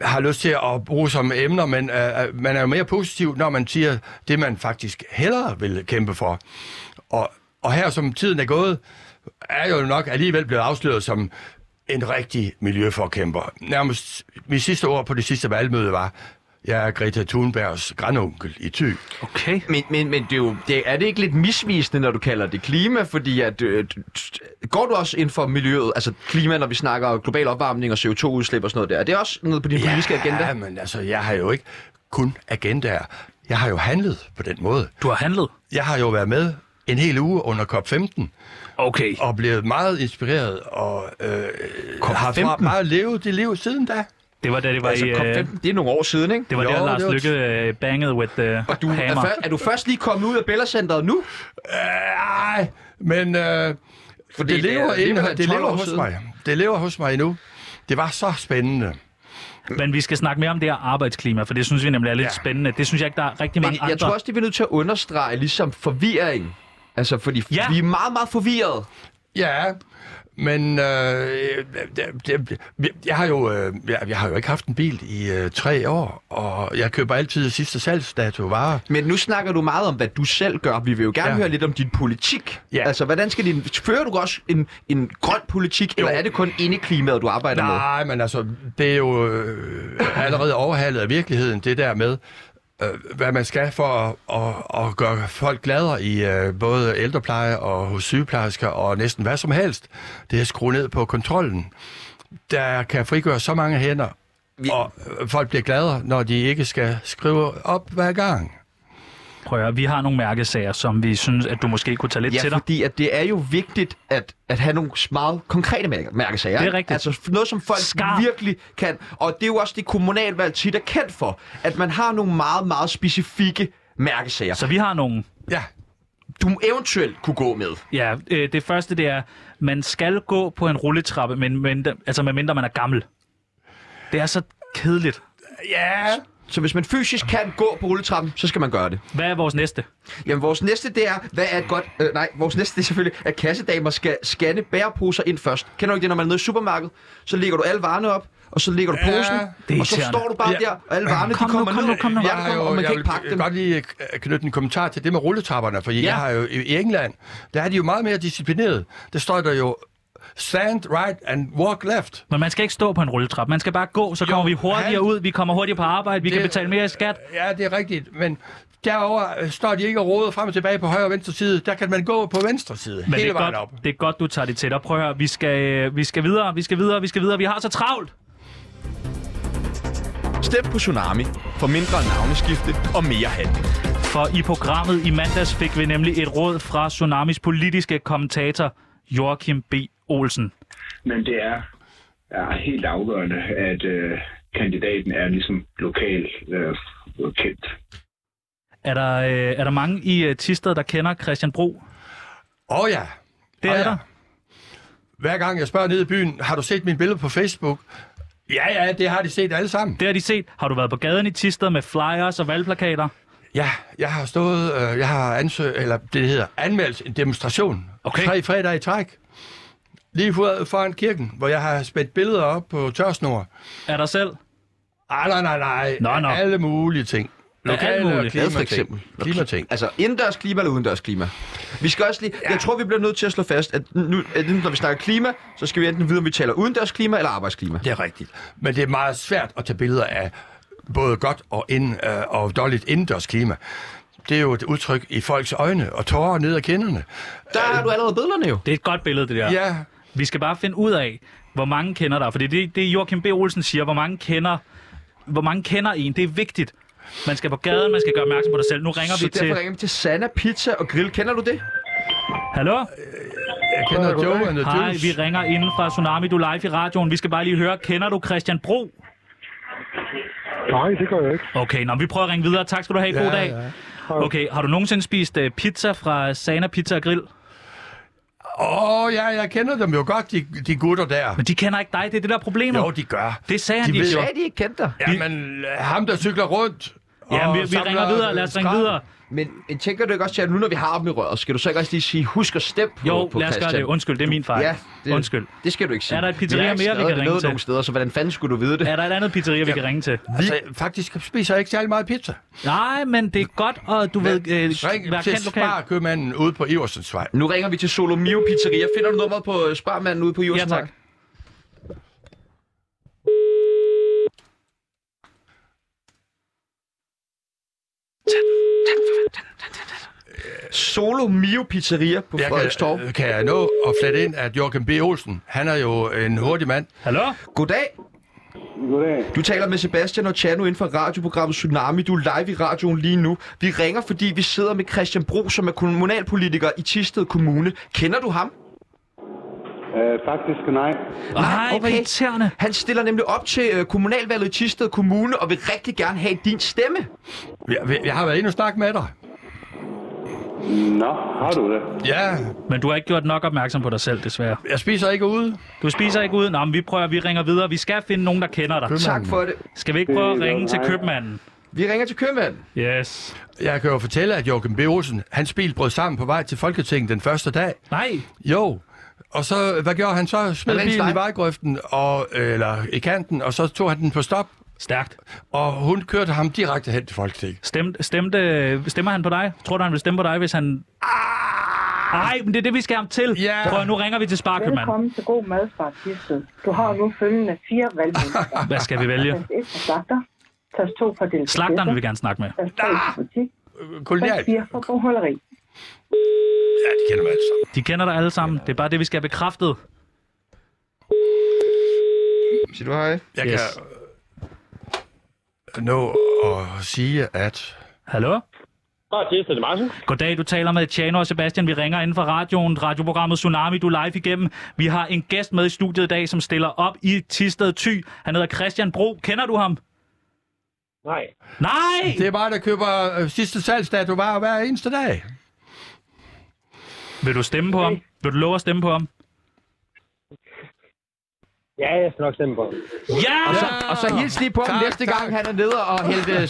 Speaker 5: har lyst til at bruge som emner, men øh, man er jo mere positiv, når man siger det, man faktisk hellere vil kæmpe for. Og, og her, som tiden er gået, er jo nok alligevel blevet afsløret som en rigtig miljøforkæmper. Nærmest mit sidste ord på det sidste valgmøde var, jeg er Greta Thunbergs grandonkel i Thy.
Speaker 2: Okay.
Speaker 4: Men, men, men det er, jo, det, er det ikke lidt misvisende, når du kalder det klima? Fordi at, øh, t- t- går du også ind for miljøet, altså klima, når vi snakker global opvarmning og CO2-udslip og sådan noget der? Er det også noget på din ja. politiske agenda?
Speaker 5: Ja, men altså, jeg har jo ikke kun agendaer. Jeg har jo handlet på den måde.
Speaker 2: Du har handlet.
Speaker 5: Jeg har jo været med en hel uge under COP15,
Speaker 2: Okay.
Speaker 5: og blevet meget inspireret, og øh, har fra
Speaker 4: COP15?
Speaker 5: meget levet det liv siden da.
Speaker 2: Det var da det var
Speaker 4: Altså,
Speaker 2: i... øh,
Speaker 4: COP15, det er nogle år siden, ikke?
Speaker 2: Det var
Speaker 5: Jo,
Speaker 2: jo, der, Lars
Speaker 5: det var-
Speaker 2: Lykke øh, bangede with the
Speaker 4: Og du, er,
Speaker 2: hammer.
Speaker 4: før, er du først lige kommet ud af Bella Centeret nu?
Speaker 5: Nej, men øh,
Speaker 4: Fordi
Speaker 5: det,
Speaker 4: det er
Speaker 5: lever,
Speaker 4: alligevel
Speaker 5: inde,
Speaker 4: en
Speaker 5: det
Speaker 4: 12
Speaker 5: lever
Speaker 4: år
Speaker 5: hos
Speaker 4: siden.
Speaker 5: mig. Det lever hos mig endnu. Det var så spændende.
Speaker 2: Men vi skal snakke mere om det her arbejdsklima, for det synes vi nemlig er lidt
Speaker 5: Ja.
Speaker 2: ja. spændende. Det synes jeg ikke, der er rigtig
Speaker 4: Men
Speaker 2: mange
Speaker 4: jeg
Speaker 2: andre...
Speaker 4: tror også, det er vi nødt til at understrege ligesom forvirring. Altså, fordi
Speaker 2: Ja.
Speaker 4: ja. vi er meget, meget forvirret.
Speaker 5: Ja, men øh, det, det, jeg, har jo, øh, jeg, jeg har jo ikke haft en bil i øh, tre år, og jeg køber altid sidste salgsdato varer.
Speaker 4: Men nu snakker du meget om, hvad du selv gør. Vi vil jo gerne
Speaker 5: Ja.
Speaker 4: ja. høre lidt om din politik.
Speaker 5: Ja.
Speaker 4: Ja. Altså, hvordan skal din... Fører du også en, en grøn politik, jo. eller er det kun indeklimaet, du arbejder med?
Speaker 5: Nej, men altså, det er jo øh, allerede overhalet af virkeligheden, det der med, øh, hvad man skal for at, at, at gøre folk gladere i øh, både ældrepleje og hos sygeplejersker og næsten hvad som helst. Det er skruet ned på kontrollen. Der kan frigøre så mange hænder, og øh, folk bliver gladere, når de ikke skal skrive op hver gang.
Speaker 2: Prøv at, høre, vi har nogle mærkesager, som vi synes, at du måske kunne tage lidt til
Speaker 4: Ja,
Speaker 2: dig.
Speaker 4: fordi at det er jo vigtigt at, at have nogle meget konkrete mærke, mærkesager.
Speaker 2: Det er
Speaker 4: ikke?
Speaker 2: rigtigt.
Speaker 4: Altså f- noget, som folk
Speaker 2: Skarp.
Speaker 4: Skarp. virkelig kan. Og det er jo også det kommunalvalg tit er kendt for, at man har nogle meget, meget specifikke mærkesager,
Speaker 2: Så vi har nogle...
Speaker 5: Ja,
Speaker 4: du eventuelt kunne gå med.
Speaker 2: Ja, øh, det første det er, man skal gå på en rulletrappe, men, men, altså medmindre man er gammel. Det er så kedeligt.
Speaker 5: ja.
Speaker 4: Så hvis man fysisk kan gå på rulletrappen, så skal man gøre det.
Speaker 2: Hvad er vores næste?
Speaker 4: Jamen, vores næste, det er, hvad er et godt... Øh, nej, vores næste, det er selvfølgelig, at kassedamer skal scanne bæreposer ind først. Kender du ikke det, når man er nede i supermarkedet? Så lægger du alle varerne op, og så lægger du
Speaker 5: Ja,
Speaker 4: posen,
Speaker 2: det er
Speaker 4: og så
Speaker 2: irriterende.
Speaker 4: står du bare
Speaker 5: Ja.
Speaker 4: der, og alle varerne,
Speaker 2: Kom
Speaker 4: de
Speaker 2: nu,
Speaker 4: kommer
Speaker 2: kom
Speaker 4: ned,
Speaker 2: nu, kom nu.
Speaker 4: Ja,
Speaker 5: Jeg
Speaker 4: der
Speaker 5: har
Speaker 4: kommer,
Speaker 5: jo,
Speaker 4: og man
Speaker 5: jeg
Speaker 4: kan ikke
Speaker 5: vil
Speaker 4: pakke dem.
Speaker 5: godt lige øh, knytte en kommentar til det med rulletrapperne, for ja. jeg har jo, i England, der er de jo meget mere disciplineret. Der står der jo, stand right and walk left.
Speaker 2: Men man skal ikke stå på en rulletrappe. Man skal bare gå, så
Speaker 5: Jo,
Speaker 2: kommer vi hurtigere
Speaker 5: han-
Speaker 2: ud, vi kommer hurtigere på arbejde, vi
Speaker 5: Det-
Speaker 2: kan betale mere i skat.
Speaker 5: Ja, det er rigtigt, men derovre øh, står de ikke og roder frem og tilbage på højre og venstre side. Der kan man gå på venstre side,
Speaker 2: Men
Speaker 5: hele
Speaker 2: det er,
Speaker 5: vejen
Speaker 2: godt,
Speaker 5: op.
Speaker 2: det er godt, du tager det til dig. Prøv at høre, vi skal, øh, vi skal videre, vi skal videre, vi skal videre. Vi har så travlt.
Speaker 1: Stem på Tsunami for mindre navneskifte og mere handling.
Speaker 2: For i programmet i mandags fik vi nemlig et råd fra Tsunamis politiske kommentator Joachim B. Olsen.
Speaker 7: men det er er helt afgørende, at øh, kandidaten er ligesom lokal øh, kendt.
Speaker 2: Er der, øh, er der mange i øh, Tisted, der kender Christian Bro?
Speaker 5: Åh oh, ja.
Speaker 2: Det
Speaker 5: Åh
Speaker 2: er
Speaker 5: ja.
Speaker 2: der.
Speaker 5: Hver gang jeg spørger nede i byen, har du set mine billeder på Facebook? Ja, ja, det har de set alle sammen.
Speaker 2: Det har de set. Har du været på gaden i Tisted med flyers og valgplakater?
Speaker 5: Ja, jeg har stået, øh, jeg har ansøgt, eller det hedder anmeldt en demonstration.
Speaker 2: Okay.
Speaker 5: Tre fredage i træk. Lige for- foran kirken, hvor jeg har spændt billeder op på tørsnor.
Speaker 2: Er der selv?
Speaker 5: Ej, nej, nej, nej.
Speaker 2: Nå, nå.
Speaker 5: Alle mulige ting. Lokale
Speaker 2: mulige.
Speaker 5: og
Speaker 4: Hvad
Speaker 5: klimating.
Speaker 4: for eksempel?
Speaker 5: Klimating.
Speaker 4: Altså indendørs klima eller udendørs klima? Vi skal også lige, ja. Jeg tror, vi bliver nødt til at slå fast, at nu, at nu, når vi snakker klima, så skal vi enten vide, om vi taler udendørs klima eller arbejdsklima.
Speaker 5: Det er rigtigt. Men det er meget svært at tage billeder af både godt og, ind, øh, og dårligt indendørs klima. Det er jo et udtryk i folks øjne og tårer ned ad kinderne.
Speaker 4: Der har du allerede billederne jo.
Speaker 2: Det er et godt billede, det der.
Speaker 5: Ja,
Speaker 2: Vi skal bare finde ud af, hvor mange kender dig. Fordi det, det Joachim B. Olsen siger, hvor mange kender, hvor mange kender en, det er vigtigt. Man skal på gaden, man skal gøre opmærksom på dig selv. Nu ringer
Speaker 4: Så
Speaker 2: vi til...
Speaker 4: derfor ringer vi til Sanna Pizza og Grill. Kender du det?
Speaker 2: Hallo?
Speaker 5: jeg kender Joe and the
Speaker 2: Hej,
Speaker 5: Juice.
Speaker 2: vi ringer inden fra Tsunami. Du er live i radioen. Vi skal bare lige høre, kender du Christian Bro?
Speaker 8: Nej, det gør jeg ikke.
Speaker 2: Okay, nå, vi prøver at ringe videre. Tak skal du have. God
Speaker 5: Ja,
Speaker 2: dag.
Speaker 5: ja.
Speaker 2: Okay, har du nogensinde spist uh, pizza fra Sana Pizza og Grill?
Speaker 5: Åh, oh, ja, jeg kender dem jo godt, de, de gutter der.
Speaker 2: Men de kender ikke dig, det er det der er problemet.
Speaker 5: Jo, de gør.
Speaker 2: Det sagde han,
Speaker 5: de
Speaker 2: de
Speaker 5: ved-
Speaker 2: gjorde.
Speaker 4: Ja, de ikke kendte dig.
Speaker 5: Jamen, øh, ham der cykler rundt.
Speaker 2: Ja,
Speaker 5: og
Speaker 2: vi, vi
Speaker 5: samler,
Speaker 2: ringer videre. Lad os ringe
Speaker 5: skrald.
Speaker 2: videre.
Speaker 4: Men men tænker du ikke også til, at nu når vi har dem i røret, skal du så ikke også lige sige, husk at stemme på,
Speaker 2: Jo,
Speaker 4: på
Speaker 2: lad os gøre
Speaker 4: Christian?
Speaker 2: det. Undskyld, det er min fejl.
Speaker 4: Ja, det,
Speaker 2: Undskyld.
Speaker 4: Det skal du ikke sige.
Speaker 2: Er der et pizzeria mere, vi kan ringe
Speaker 4: til?
Speaker 2: til?
Speaker 4: nogle steder, så hvordan fanden skulle du vide det?
Speaker 2: Er der et andet pizzeria, vi kan ringe til?
Speaker 5: Altså, faktisk spiser jeg ikke særlig meget pizza.
Speaker 2: Nej, men det er godt, og du ved, øh, være
Speaker 5: Ring til
Speaker 2: kendt lokalt.
Speaker 5: sparkøbmanden ude på Iversensvej.
Speaker 4: Nu ringer vi til Solo Mio Pizzeria. Finder du nummeret på øh, sparmanden ude på
Speaker 2: Ja,
Speaker 4: Jørgensen?
Speaker 2: tak.
Speaker 4: Solo Mio Pizzeria på
Speaker 5: Jeg
Speaker 4: Frederikstorv.
Speaker 5: kan, kan jeg nå at flette ind, at Joachim B. Olsen, han er jo en hurtig mand.
Speaker 2: Hallo?
Speaker 4: Goddag.
Speaker 8: Goddag.
Speaker 4: Du taler med Sebastian og Chano inden for radioprogrammet Tsunami. Du er live i radioen lige nu. Vi ringer, fordi vi sidder med Christian Bro, som er kommunalpolitiker i Tisted Kommune. Kender du ham?
Speaker 8: Øh, faktisk nej.
Speaker 2: Nej, hvor
Speaker 4: okay.
Speaker 2: irriterende.
Speaker 4: Han stiller nemlig op til øh, kommunalvalget i Tisted Kommune og vil rigtig gerne have din stemme.
Speaker 5: Jeg, jeg har været inde og snakke med dig.
Speaker 8: Nå, har du det?
Speaker 5: Ja,
Speaker 2: Men du har ikke gjort nok opmærksom på dig selv, desværre.
Speaker 5: jeg spiser ikke ude.
Speaker 2: Du spiser ikke ud. Nå, men vi prøver, vi ringer videre. Vi skal finde nogen, der kender dig.
Speaker 4: Tak for det.
Speaker 2: Skal vi ikke prøve at
Speaker 8: Det er
Speaker 2: ringe
Speaker 8: godt,
Speaker 2: til
Speaker 8: hej.
Speaker 2: købmanden?
Speaker 4: Vi ringer til købmanden.
Speaker 2: Yes.
Speaker 5: Jeg kan jo fortælle, at Joachim B. Olsen, hans bil brød sammen på vej til Folketinget den første dag.
Speaker 2: Nej,
Speaker 5: Jo, og så, hvad gjorde han så? Smed
Speaker 4: Han ringte
Speaker 5: bilen
Speaker 4: dig.
Speaker 5: i vejgrøften, og, øh, eller i kanten, og så tog han den på stop,
Speaker 2: stærkt.
Speaker 5: og hun kørte ham direkte hen til Folketinget.
Speaker 2: Stem, stemte, stemmer han på dig? Tror du, han vil stemme på dig, hvis han...
Speaker 4: Ah!
Speaker 2: Nej, men det er det, vi skal have ham til.
Speaker 5: Ja.
Speaker 2: Prøv, at- nu ringer vi til Sparkøbmanden.
Speaker 9: Velkommen til god mad fra Tisted. Du har nu følgende fire valgmuligheder.
Speaker 2: Hvad skal vi vælge?
Speaker 9: Tast 1 for slagter. Tast 2 for delikatesser.
Speaker 2: Slagteren vil vi gerne snakke med.
Speaker 9: Tast 3 for butik. Tast
Speaker 5: Kolonialt.
Speaker 9: 4 for bogholderi.
Speaker 5: Ja, det kender man altså.
Speaker 2: De kender dig alle sammen. Det er bare det, vi skal have bekræftet.
Speaker 4: Siger du hej?
Speaker 5: Jeg
Speaker 2: Yes.
Speaker 5: kan nå at sige, at...
Speaker 2: Hallo?
Speaker 8: Bare til Stine Martin.
Speaker 2: Goddag, du taler med Tjano og Sebastian. Vi ringer inden for radioen, radioprogrammet Tsunami. Du er live igennem. Vi har en gæst med i studiet i dag, som stiller op i Tisted Thy. Han hedder Christian Bro. Kender du ham?
Speaker 8: Nej.
Speaker 2: Nej!
Speaker 5: Det er mig, der køber øh, sidste salgsdato var hver eneste dag.
Speaker 2: Vil du stemme på ham? Vil du love at stemme på ham?
Speaker 8: Ja, jeg skal nok stemme på. ham.
Speaker 2: Ja!
Speaker 4: Og så, og så hils lige på ham
Speaker 5: Tak,
Speaker 4: næste
Speaker 5: tak.
Speaker 4: gang, han er nede og hælde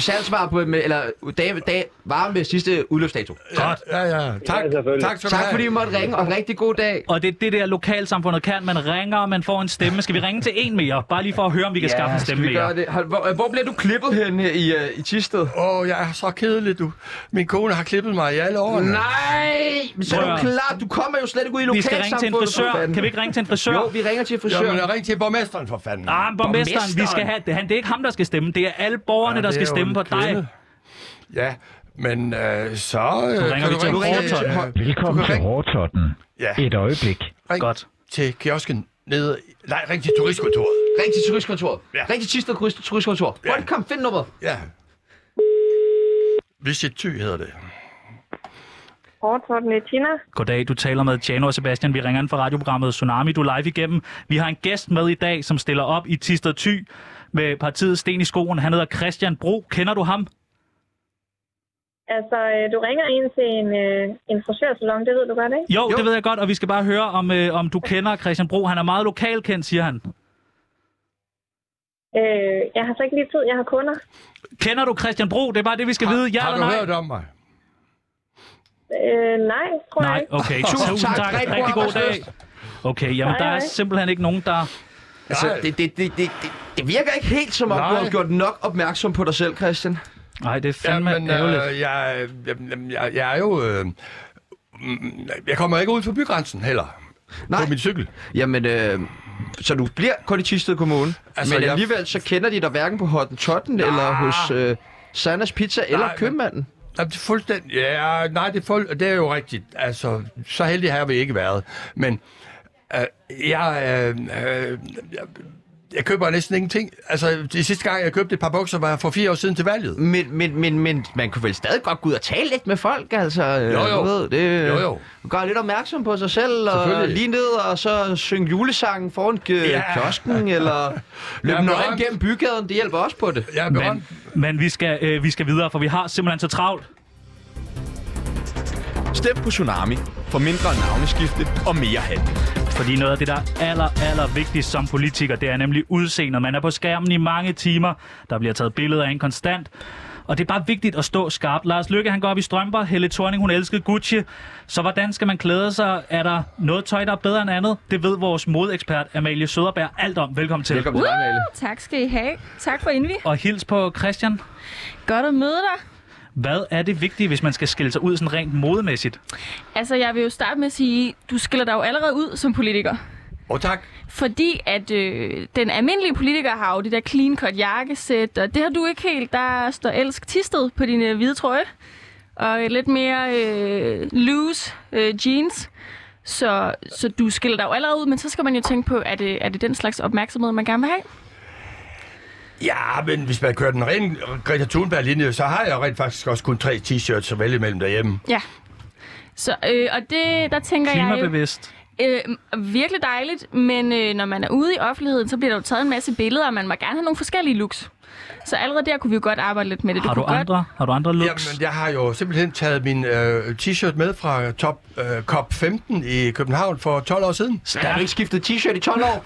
Speaker 4: salgsvar på, med, eller dag, dag, varer med sidste udløbsdato.
Speaker 2: Godt.
Speaker 5: Ja, ja. Tak,
Speaker 8: Ja, selvfølgelig.
Speaker 5: tak, skal du
Speaker 4: Tak
Speaker 5: have.
Speaker 4: fordi I måtte ringe, og rigtig god dag.
Speaker 2: Og det er det der lokalsamfundet kan. Man ringer, og man får en stemme. Skal vi ringe til en mere? Bare lige for at høre, om vi kan skaffe en
Speaker 4: skal
Speaker 2: stemme
Speaker 4: vi gøre
Speaker 2: mere.
Speaker 4: det? Hold- Hvor, øh, hvor bliver du klippet henne i, øh, i Tisted?
Speaker 5: Åh, oh, jeg er så kedelig, du. Min kone har klippet mig i alle årene.
Speaker 4: Nej, men så er
Speaker 2: Prøv
Speaker 4: du
Speaker 2: at-
Speaker 4: klar. Du kommer jo slet ikke ud i
Speaker 2: Vi skal ringe til en
Speaker 4: lokalsamfundet.
Speaker 2: frisør.
Speaker 4: for fanden.
Speaker 2: Kan vi ikke ringe til en frisør?
Speaker 4: Jo, vi ringer til
Speaker 5: Jo,
Speaker 4: frisør.
Speaker 5: men ring til borgmesteren for fanden.
Speaker 2: Ah, men borgmesteren, vi skal have det. Han, det er ikke ham, der skal stemme. Det er alle borgerne,
Speaker 5: Ja,
Speaker 2: der
Speaker 5: det
Speaker 2: skal
Speaker 5: er jo
Speaker 2: stemme
Speaker 5: en
Speaker 2: på
Speaker 5: kvinde.
Speaker 2: dig.
Speaker 5: Ja, men øh, så... Øh,
Speaker 2: ringer
Speaker 5: kan
Speaker 2: vi
Speaker 5: du
Speaker 2: til
Speaker 5: ringe
Speaker 4: Hortotten.
Speaker 5: øh,
Speaker 10: Velkommen
Speaker 5: du kan
Speaker 10: til
Speaker 5: ringe-
Speaker 10: Hårtotten.
Speaker 5: Ja,
Speaker 10: Et øjeblik.
Speaker 5: ring
Speaker 2: Godt.
Speaker 5: til kiosken nede... i- Nej, ring til turistkontoret.
Speaker 4: Ring til turistkontoret.
Speaker 5: Ja.
Speaker 4: Ring til Tisted Krydst- Turistkontor.
Speaker 5: Ja.
Speaker 4: Hurtigt, kom, find nummeret.
Speaker 5: Ja. Visit Thy hedder det.
Speaker 9: Hårdtorten i Tina.
Speaker 2: Goddag, du taler med Tjano og Sebastian. Vi ringer ind fra radioprogrammet Tsunami. Du er live igennem. Vi har en gæst med i dag, som stiller op i Tisted Thy med partiet Sten i skoen. Han hedder Christian Bro. Kender du ham?
Speaker 9: Altså, øh, du ringer ind til en, øh, en frisørsalon, det ved du godt, ikke?
Speaker 2: Jo, jo, det ved jeg godt, og vi skal bare høre, om, øh, om du kender Christian Bro. Han er meget lokalkendt, siger han.
Speaker 9: Øh, jeg har så ikke lige tid, jeg har kunder.
Speaker 2: Kender du Christian Bro? Det er bare det, vi skal vide. Ja
Speaker 5: Har
Speaker 2: eller
Speaker 5: du
Speaker 2: nej?
Speaker 5: hørt om mig?
Speaker 9: Øh, nej, tror jeg
Speaker 2: Nej,
Speaker 9: ikke.
Speaker 2: okay. Tusind tak.
Speaker 4: tak.
Speaker 2: tak. Rigtig god dag. Okay, jamen
Speaker 9: Hej,
Speaker 2: der er
Speaker 9: hej.
Speaker 2: simpelthen ikke nogen, der...
Speaker 4: Altså, det, det, det, det, det, det virker ikke helt som om, du
Speaker 5: Nej.
Speaker 4: har gjort nok opmærksom på dig selv, Christian.
Speaker 2: Nej, det er fandme
Speaker 5: Jamen,
Speaker 2: ja, ærgerligt.
Speaker 5: øh, jeg, jeg, jeg, jeg er jo... Øh, mm, jeg kommer ikke ud for bygrænsen heller.
Speaker 4: Nej.
Speaker 5: Nej. På min cykel.
Speaker 4: Jamen, øh, så du bliver kun i Tisted Kommune. Altså,
Speaker 5: Altså,
Speaker 4: men
Speaker 5: jeg-
Speaker 4: alligevel, så kender de dig hverken på Hotten Totten eller hos øh, Sanders Pizza eller
Speaker 5: men-
Speaker 4: Købmanden.
Speaker 5: Jamen, det er fuldstændig... Ja, nej, det er, fuld, det er jo rigtigt. Altså, så heldig har vi ikke været. Men øh, jeg, øh, øh, jeg, jeg køber næsten ingenting. Altså, de sidste gang, jeg købte et par bukser, var for fire år siden til valget.
Speaker 4: Men, men, men, men man kunne vel stadig godt gå ud og tale lidt med folk, altså. øh,
Speaker 5: Jo, jo.
Speaker 4: Du ved, det,
Speaker 5: Jo, jo.
Speaker 4: Gør lidt opmærksom på sig selv, og
Speaker 5: Selvfølgelig.
Speaker 4: lige ned og så synge julesangen foran øh, ja.
Speaker 5: Ja.
Speaker 4: kiosken, eller løb
Speaker 5: men
Speaker 4: nøgen
Speaker 5: om-
Speaker 4: gennem bygaden, det hjælper også på det.
Speaker 5: Jeg er berømt.
Speaker 2: Men vi skal, øh, vi skal videre, for vi har simpelthen så travlt.
Speaker 1: Stem på Tsunami for mindre navneskifte og mere handling.
Speaker 2: Fordi noget af det, der er aller, aller vigtigst som politiker, det er nemlig udseendet. Man er på skærmen i mange timer, der bliver taget billeder af en konstant. Og det er bare vigtigt at stå skarpt. Lars Lykke, han går op i strømper. Helle Thorning, hun elskede Gucci. Så hvordan skal man klæde sig? Er der noget tøj, der er bedre end andet? Det ved vores modeekspert Amalie Søderberg alt om. Velkommen til.
Speaker 4: Velkommen til dig, Amalie.
Speaker 10: Tak skal I have. Tak for indvi.
Speaker 2: Og hils på Christian.
Speaker 10: Godt at møde dig.
Speaker 2: Hvad er det vigtige, hvis man skal skille sig ud sådan rent modemæssigt?
Speaker 10: Altså, jeg vil jo starte med at sige, du skiller dig jo allerede ud som politiker.
Speaker 5: Og tak.
Speaker 10: Fordi at øh, den almindelige politiker har jo det der clean cut jakkesæt, og det har du ikke helt. Der står elsk tistet på din øh, hvide trøje, og øh, lidt mere øh, loose øh, jeans. Så, så du skiller dig jo allerede ud, men så skal man jo tænke på, er det, er det den slags opmærksomhed, man gerne vil have?
Speaker 5: Ja, men hvis man kører den rene Greta Thunberg-linje, så har jeg jo rent faktisk også kun tre t-shirts at vælge imellem derhjemme.
Speaker 10: Ja. Så, øh, og det, der tænker jeg... jo-
Speaker 2: Klimabevidst.
Speaker 10: Øh, virkelig dejligt, men øh, når man er ude i offentligheden, så bliver der jo taget en masse billeder, og man må gerne have nogle forskellige looks. Så allerede der kunne vi jo godt arbejde lidt med det.
Speaker 2: Har du
Speaker 10: kunne
Speaker 2: andre, har du andre looks?
Speaker 5: Jamen, jeg har jo simpelthen taget min øh, t-shirt med fra top, øh, COP 15 i København for 12 år siden.
Speaker 4: Har du ikke skiftet t-shirt i 12 år?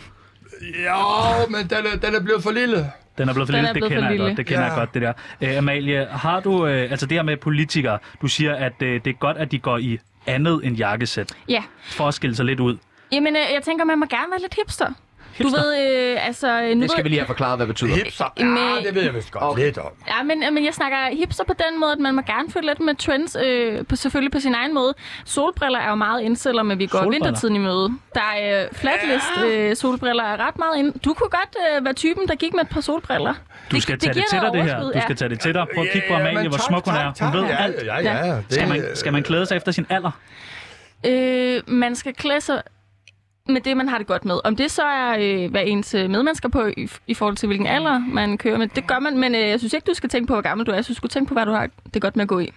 Speaker 5: Jo, men den er, den er blevet for lille.
Speaker 2: Den er blevet for
Speaker 10: Den
Speaker 2: lille,
Speaker 10: er
Speaker 2: det
Speaker 10: blevet
Speaker 2: kender
Speaker 10: for
Speaker 2: jeg
Speaker 10: lille.
Speaker 2: godt, det kender
Speaker 5: Ja.
Speaker 2: jeg godt, det der. Æ, Amalie, har du, øh, altså det her med politikere, du siger, at øh, det er godt, at de går i andet end jakkesæt,
Speaker 10: Ja.
Speaker 2: for at skille sig lidt ud.
Speaker 10: Jamen, øh, jeg tænker, man må gerne være lidt hipster. hipster. Du ved, øh, altså... øh, Nu
Speaker 4: Det skal
Speaker 10: ved,
Speaker 4: vi lige have forklaret, hvad det betyder.
Speaker 5: Hipster.
Speaker 10: Men-
Speaker 5: Ja, det ved jeg vist godt
Speaker 4: Okay.
Speaker 5: okay. lidt om.
Speaker 10: Ja, men, men jeg snakker hipster på den måde, at man må gerne følge lidt med trends, øh, på, selvfølgelig på sin egen måde. Solbriller er jo meget ind, selvom at vi går
Speaker 2: Solbriller?
Speaker 10: vintertiden i møde. Der er øh, flatlist øh, solbriller er ret meget ind. Du kunne godt øh, være typen, der gik med et par solbriller.
Speaker 2: Du skal tage det
Speaker 10: giver
Speaker 2: til dig,
Speaker 10: noget
Speaker 2: det her.
Speaker 10: overskud,
Speaker 2: Du skal tage det til dig. Prøv at kigge på
Speaker 5: Ja, ja,
Speaker 2: Amalie,
Speaker 5: men
Speaker 2: hvor
Speaker 5: tak,
Speaker 2: smuk hun
Speaker 5: tak,
Speaker 2: er. Hun
Speaker 5: tak.
Speaker 2: ved
Speaker 5: ja,
Speaker 2: alt.
Speaker 5: Ja, ja, ja.
Speaker 2: Skal man, skal man klæde sig efter sin alder?
Speaker 10: Øh, man skal klæde sig med det, man har det godt med. Om det så er, øh, hvad ens øh, medmennesker på i, i forhold til, hvilken alder man kører med, det gør man. Men øh, jeg synes ikke, du skal tænke på, hvor gammel du er. Jeg synes, du skal tænke på, hvad du har det godt med at gå i.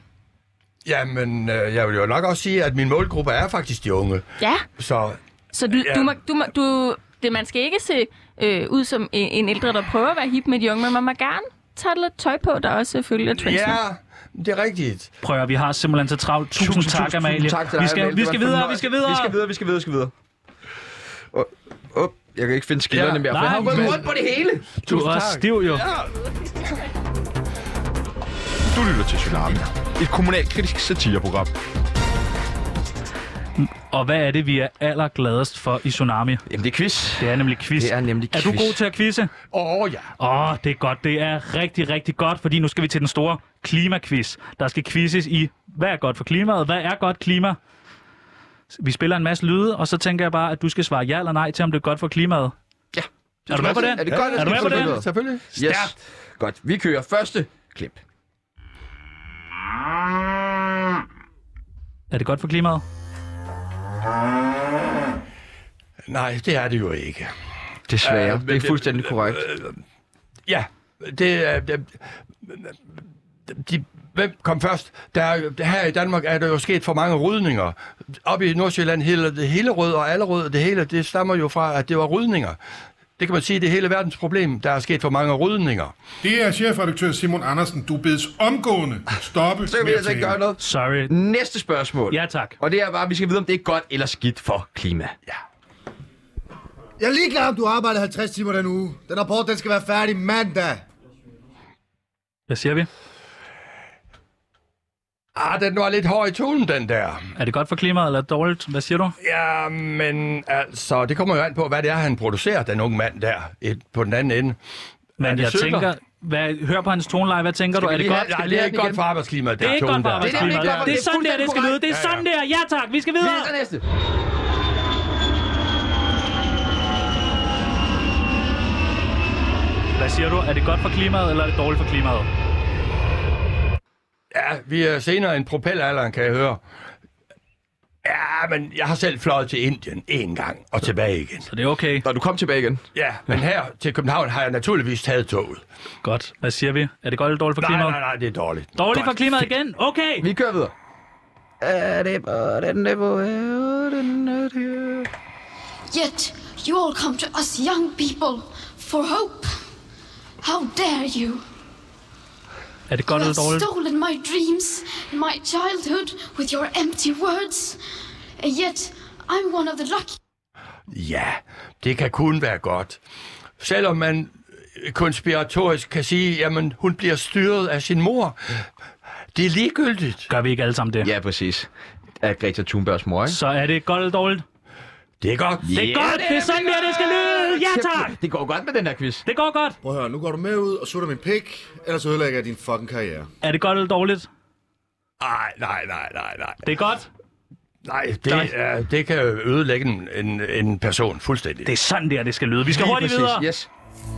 Speaker 5: Jamen, øh, jeg vil jo nok også sige, at min målgruppe er faktisk de unge.
Speaker 10: Ja,
Speaker 5: Så
Speaker 10: så du, ja. du, må, du, må, du det, man skal ikke se øh, ud som en, en ældre, der prøver at være hip med de unge, men man må gerne tage lidt tøj på, der også følger trendsene.
Speaker 5: ja, det er rigtigt.
Speaker 2: Prøv at, vi har simpelthen så travlt. Tusind, tak, Amalie.
Speaker 4: Tusind tak til dig,
Speaker 2: vi skal,
Speaker 4: Amalie.
Speaker 2: vi
Speaker 4: Det
Speaker 2: skal
Speaker 4: var en
Speaker 2: videre, vi
Speaker 4: fornøjelse.
Speaker 2: skal videre.
Speaker 4: Vi skal videre, vi skal videre, vi skal videre. Og, op, jeg kan ikke finde skillerne
Speaker 5: Ja,
Speaker 4: mere. for
Speaker 2: nej,
Speaker 4: jeg har
Speaker 2: men-
Speaker 4: gået rundt på det hele.
Speaker 2: Du er
Speaker 5: Tusind
Speaker 2: også
Speaker 5: tak.
Speaker 2: stiv, jo.
Speaker 1: Du lytter til Tsunami, et kommunalkritisk satireprogram.
Speaker 2: Og hvad er det, vi er allergladest for i Tsunami?
Speaker 4: Jamen, det er quiz.
Speaker 2: Det er nemlig quiz.
Speaker 4: Det er nemlig
Speaker 2: Er du
Speaker 4: quiz.
Speaker 2: god til at quizze?
Speaker 5: Åh, oh, ja.
Speaker 2: Åh, oh, det er godt. Det er rigtig, rigtig godt, fordi nu skal vi til den store klimaquiz. Der skal quizzes i, hvad er godt for klimaet? Hvad er godt klima? Vi spiller en masse lyde, og så tænker jeg bare, at du skal svare ja eller nej til, om det er godt for klimaet.
Speaker 4: Ja.
Speaker 2: Er du med på
Speaker 4: Er
Speaker 2: det?
Speaker 4: det godt,
Speaker 2: Er du med på
Speaker 5: selvfølgelig,
Speaker 2: det?
Speaker 5: Selvfølgelig.
Speaker 4: Yes. Godt, vi kører første klip.
Speaker 2: Er det godt for klimaet?
Speaker 5: Nej, det er det jo ikke.
Speaker 4: Desværre,
Speaker 5: Øh, men
Speaker 4: det er
Speaker 5: det-
Speaker 4: fuldstændig korrekt.
Speaker 5: Ja, det er... Det, de, hvem kom først? Der, er- her i Danmark er der jo sket for mange rydninger. Oppe i Nordsjælland, hele, det hele rød og alle rød, det hele, det stammer jo fra, at det var rydninger. Det kan man sige, det er hele verdens problem. Der er sket for mange rydninger.
Speaker 6: Det er chefredaktør Simon Andersen. Du bedes omgående stoppe
Speaker 4: Så kan vi
Speaker 6: med at
Speaker 4: altså ikke
Speaker 6: tale.
Speaker 4: gøre noget.
Speaker 2: Sorry.
Speaker 4: Næste spørgsmål.
Speaker 2: Ja, tak.
Speaker 4: Og det er bare, vi skal vide, om det er godt eller skidt for klima. Ja.
Speaker 11: Jeg er ligeglad, om du arbejder 50 timer den uge. Den rapport, den skal være færdig mandag.
Speaker 2: Hvad siger vi?
Speaker 5: Ah, den var lidt hård i tonen, den der.
Speaker 2: Er det godt for klimaet eller dårligt? Hvad siger du?
Speaker 5: Ja, men altså, det kommer jo an på, hvad det er, han producerer, den unge mand der, et, på den anden ende. Er
Speaker 2: Men
Speaker 5: det
Speaker 2: jeg
Speaker 5: cykler?
Speaker 2: tænker... Hvad, hør på hans toneleje. Hvad tænker du?
Speaker 5: Skal vi
Speaker 2: Er det
Speaker 5: lige
Speaker 2: godt?
Speaker 5: have- skal vi lige have et godt for arbejdsklimaet,
Speaker 2: Det er
Speaker 5: der
Speaker 2: ikke
Speaker 5: tone
Speaker 2: godt for
Speaker 5: der? Det er nemlig
Speaker 2: arbejdsklimaet.
Speaker 5: ikke godt for-
Speaker 2: Det er
Speaker 5: det er
Speaker 2: sådan der, det skal
Speaker 5: fuldstændig
Speaker 2: lyde. Det er
Speaker 5: korrekt.
Speaker 2: sådan der. Ja tak, vi skal videre.
Speaker 4: Næste, næste.
Speaker 2: Hvad siger du? Er det godt for klimaet eller er det dårligt for klimaet?
Speaker 5: Ja, vi er senere end propelalderen, kan jeg høre. Ja, men jeg har selv fløjet til Indien en gang og tilbage igen.
Speaker 2: Så det er okay.
Speaker 4: Når du kom tilbage igen.
Speaker 5: Ja, men her til København har jeg naturligvis taget toget.
Speaker 2: Godt. Hvad siger vi? Er det godt eller dårligt for
Speaker 5: nej,
Speaker 2: klimaet?
Speaker 5: Nej, nej, det er dårligt.
Speaker 2: Dårligt for klimaet igen? Okay.
Speaker 4: Vi kører videre.
Speaker 12: Er
Speaker 2: Øh,
Speaker 12: det bare den der, hvor er den der, der?
Speaker 13: Yet you all come to us young people for hope. How dare you?
Speaker 2: Er det godt
Speaker 13: you
Speaker 2: eller
Speaker 13: have
Speaker 2: dårligt?
Speaker 13: stolen my dreams and my childhood with your empty words. And yet I'm one of the lucky.
Speaker 5: Ja, det kan kun være godt. Selvom man konspiratorisk kan sige, jamen hun bliver styret af sin mor. Det er ligegyldigt.
Speaker 2: Gør vi ikke alle sammen det?
Speaker 4: Ja, præcis. Af Greta Thunbergs mor, ikke?
Speaker 2: Så er det godt eller dårligt?
Speaker 5: Det er godt.
Speaker 2: Det er godt. Det er sådan der, det skal lyde. Ja tak.
Speaker 4: Det går godt med den her quiz.
Speaker 2: Det går godt.
Speaker 11: Prøv at høre, nu går du med ud og sutter min pik, ellers ødelægger jeg din fucking karriere.
Speaker 2: Er det godt eller dårligt?
Speaker 5: Nej, nej, nej, nej, nej.
Speaker 2: Det er godt.
Speaker 5: Nej, det, er, det kan ødelægge en, en, en person fuldstændig. Det
Speaker 2: er sådan der, det skal lyde. Vi skal hurtigt videre.
Speaker 5: Yes.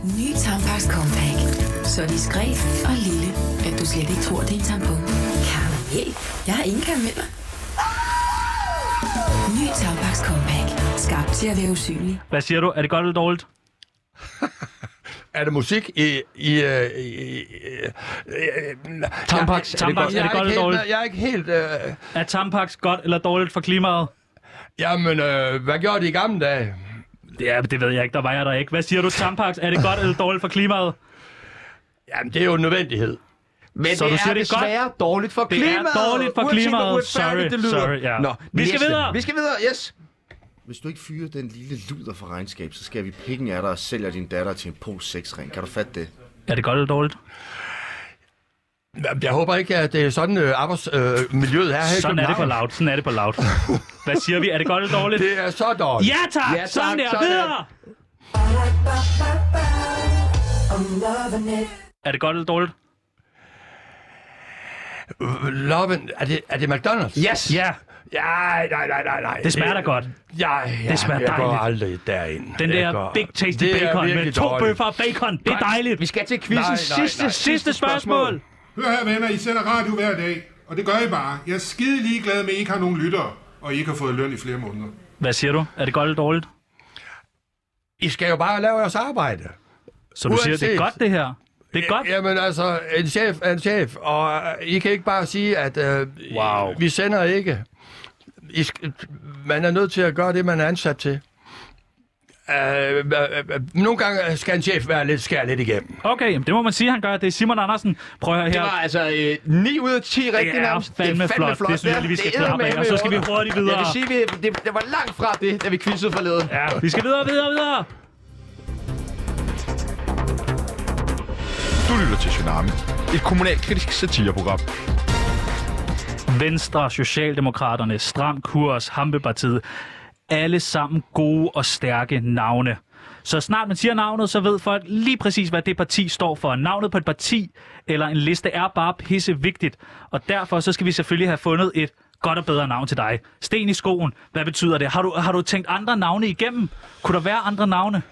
Speaker 14: Ny Tampax Compact. Så diskret og lille, at du slet ikke tror, det er en tampon. Karamel. Jeg har ingen karameller. Ny Tampax Compact. Skarp til at være usynlig.
Speaker 2: Hvad siger du? Er det godt eller dårligt?
Speaker 5: Er der musik i... i, øh, i, i, i
Speaker 2: Tampax, Tampax, er det godt eller dårligt?
Speaker 5: Jeg er ikke helt... Øh...
Speaker 2: Er Tampax godt eller dårligt for klimaet?
Speaker 5: Jamen, øh, hvad gjorde de i gamle dage?
Speaker 2: Ja, det ved jeg ikke. Der var jeg der ikke. Hvad siger du? Tampax, er det godt eller dårligt for klimaet?
Speaker 5: Jamen, det er jo en nødvendighed.
Speaker 4: Men så det, du siger, er det desværre godt. dårligt for
Speaker 2: Det er
Speaker 4: klimaet.
Speaker 2: dårligt for
Speaker 4: uanset hvor
Speaker 2: klimaet. Sorry,
Speaker 4: uretfærdigt det lyder.
Speaker 2: sorry, ja.
Speaker 4: Nå,
Speaker 2: Vi skal
Speaker 4: næste.
Speaker 2: videre.
Speaker 4: Vi skal videre, yes.
Speaker 11: Hvis du ikke fyrer den lille luder fra regnskab, så skal vi pikken af dig og sælger din datter til en pose sexring. Kan du fatte det?
Speaker 2: Er det godt eller dårligt?
Speaker 5: Jamen, Jeg håber ikke, at det er sådan øh, arbejdsmiljøet øh, miljøet er her i
Speaker 2: Sådan er det på
Speaker 5: København.
Speaker 2: loud. Sådan er det på loud. Hvad siger vi? Er det godt eller dårligt?
Speaker 5: Det er så dårligt.
Speaker 2: Ja tak!
Speaker 5: Ja, tak,
Speaker 2: Sådan der.
Speaker 5: sådan.
Speaker 2: Videre! Er det godt eller dårligt?
Speaker 5: Øh, Loven, er det, er det McDonald's?
Speaker 2: Yes. Ja.
Speaker 5: Ja, nej, nej, nej, nej.
Speaker 2: Det smager da godt.
Speaker 5: Ja, ja,
Speaker 2: Det smager
Speaker 5: jeg går
Speaker 2: dejligt.
Speaker 5: aldrig derind.
Speaker 2: Den
Speaker 5: Jeg
Speaker 2: der
Speaker 5: går-
Speaker 2: Big Tasty
Speaker 5: Det er
Speaker 2: Bacon med
Speaker 5: virkelig
Speaker 2: to
Speaker 5: dårligt.
Speaker 2: bøffer og bacon. Det er
Speaker 5: Nej,
Speaker 2: dejligt.
Speaker 4: Vi skal til
Speaker 5: quizzen. Nej, nej, Sidste- nej.
Speaker 2: sidste spørgsmål.
Speaker 6: Hør her, venner. I sender radio hver dag, og det gør I bare. Jeg er skide ligeglad med, at I ikke har nogen lyttere, og I ikke har fået løn i flere måneder.
Speaker 2: Hvad siger du? Er det godt eller dårligt?
Speaker 5: I skal jo bare lave jeres arbejde.
Speaker 2: Så du siger, det er godt, det her? Det er godt.
Speaker 5: Jamen altså, en chef er en chef, og øh, I kan ikke bare sige, at øh, wow. vi sender ikke. I sk- man er nødt til at gøre det, man er ansat til. Øh, øh, øh, nogle gange skal en chef være lidt, skære lidt igennem.
Speaker 2: Okay, jamen det må man sige, han gør. Det er Simon Andersen. Prøv at høre her.
Speaker 4: Det var altså øh, 9 ud af 10 rigtigt
Speaker 2: er
Speaker 4: nærmest.
Speaker 2: fandme flot. Det synes jeg lige, vi skal
Speaker 4: er
Speaker 2: klappe af,
Speaker 4: eddermame
Speaker 2: og så skal vi
Speaker 4: under.
Speaker 2: hurtigt videre.
Speaker 4: Jeg vil sige, vi, det, det, var langt fra det, da vi quizzede forleden.
Speaker 2: Ja, Vi skal videre, videre, videre.
Speaker 1: Du lytter til Tsunami, et kommunalkritisk satireprogram.
Speaker 2: Venstre, Socialdemokraterne, Stram Kurs, Hampepartiet. Alle sammen gode og stærke navne. Så snart man siger navnet, så ved folk lige præcis, hvad det parti står for. Navnet på et parti eller en liste er bare pisse vigtigt. Og derfor så skal vi selvfølgelig have fundet et godt og bedre navn til dig. Sten i skoen, hvad betyder det? Har du, har du tænkt andre navne igennem? Kunne der være andre navne?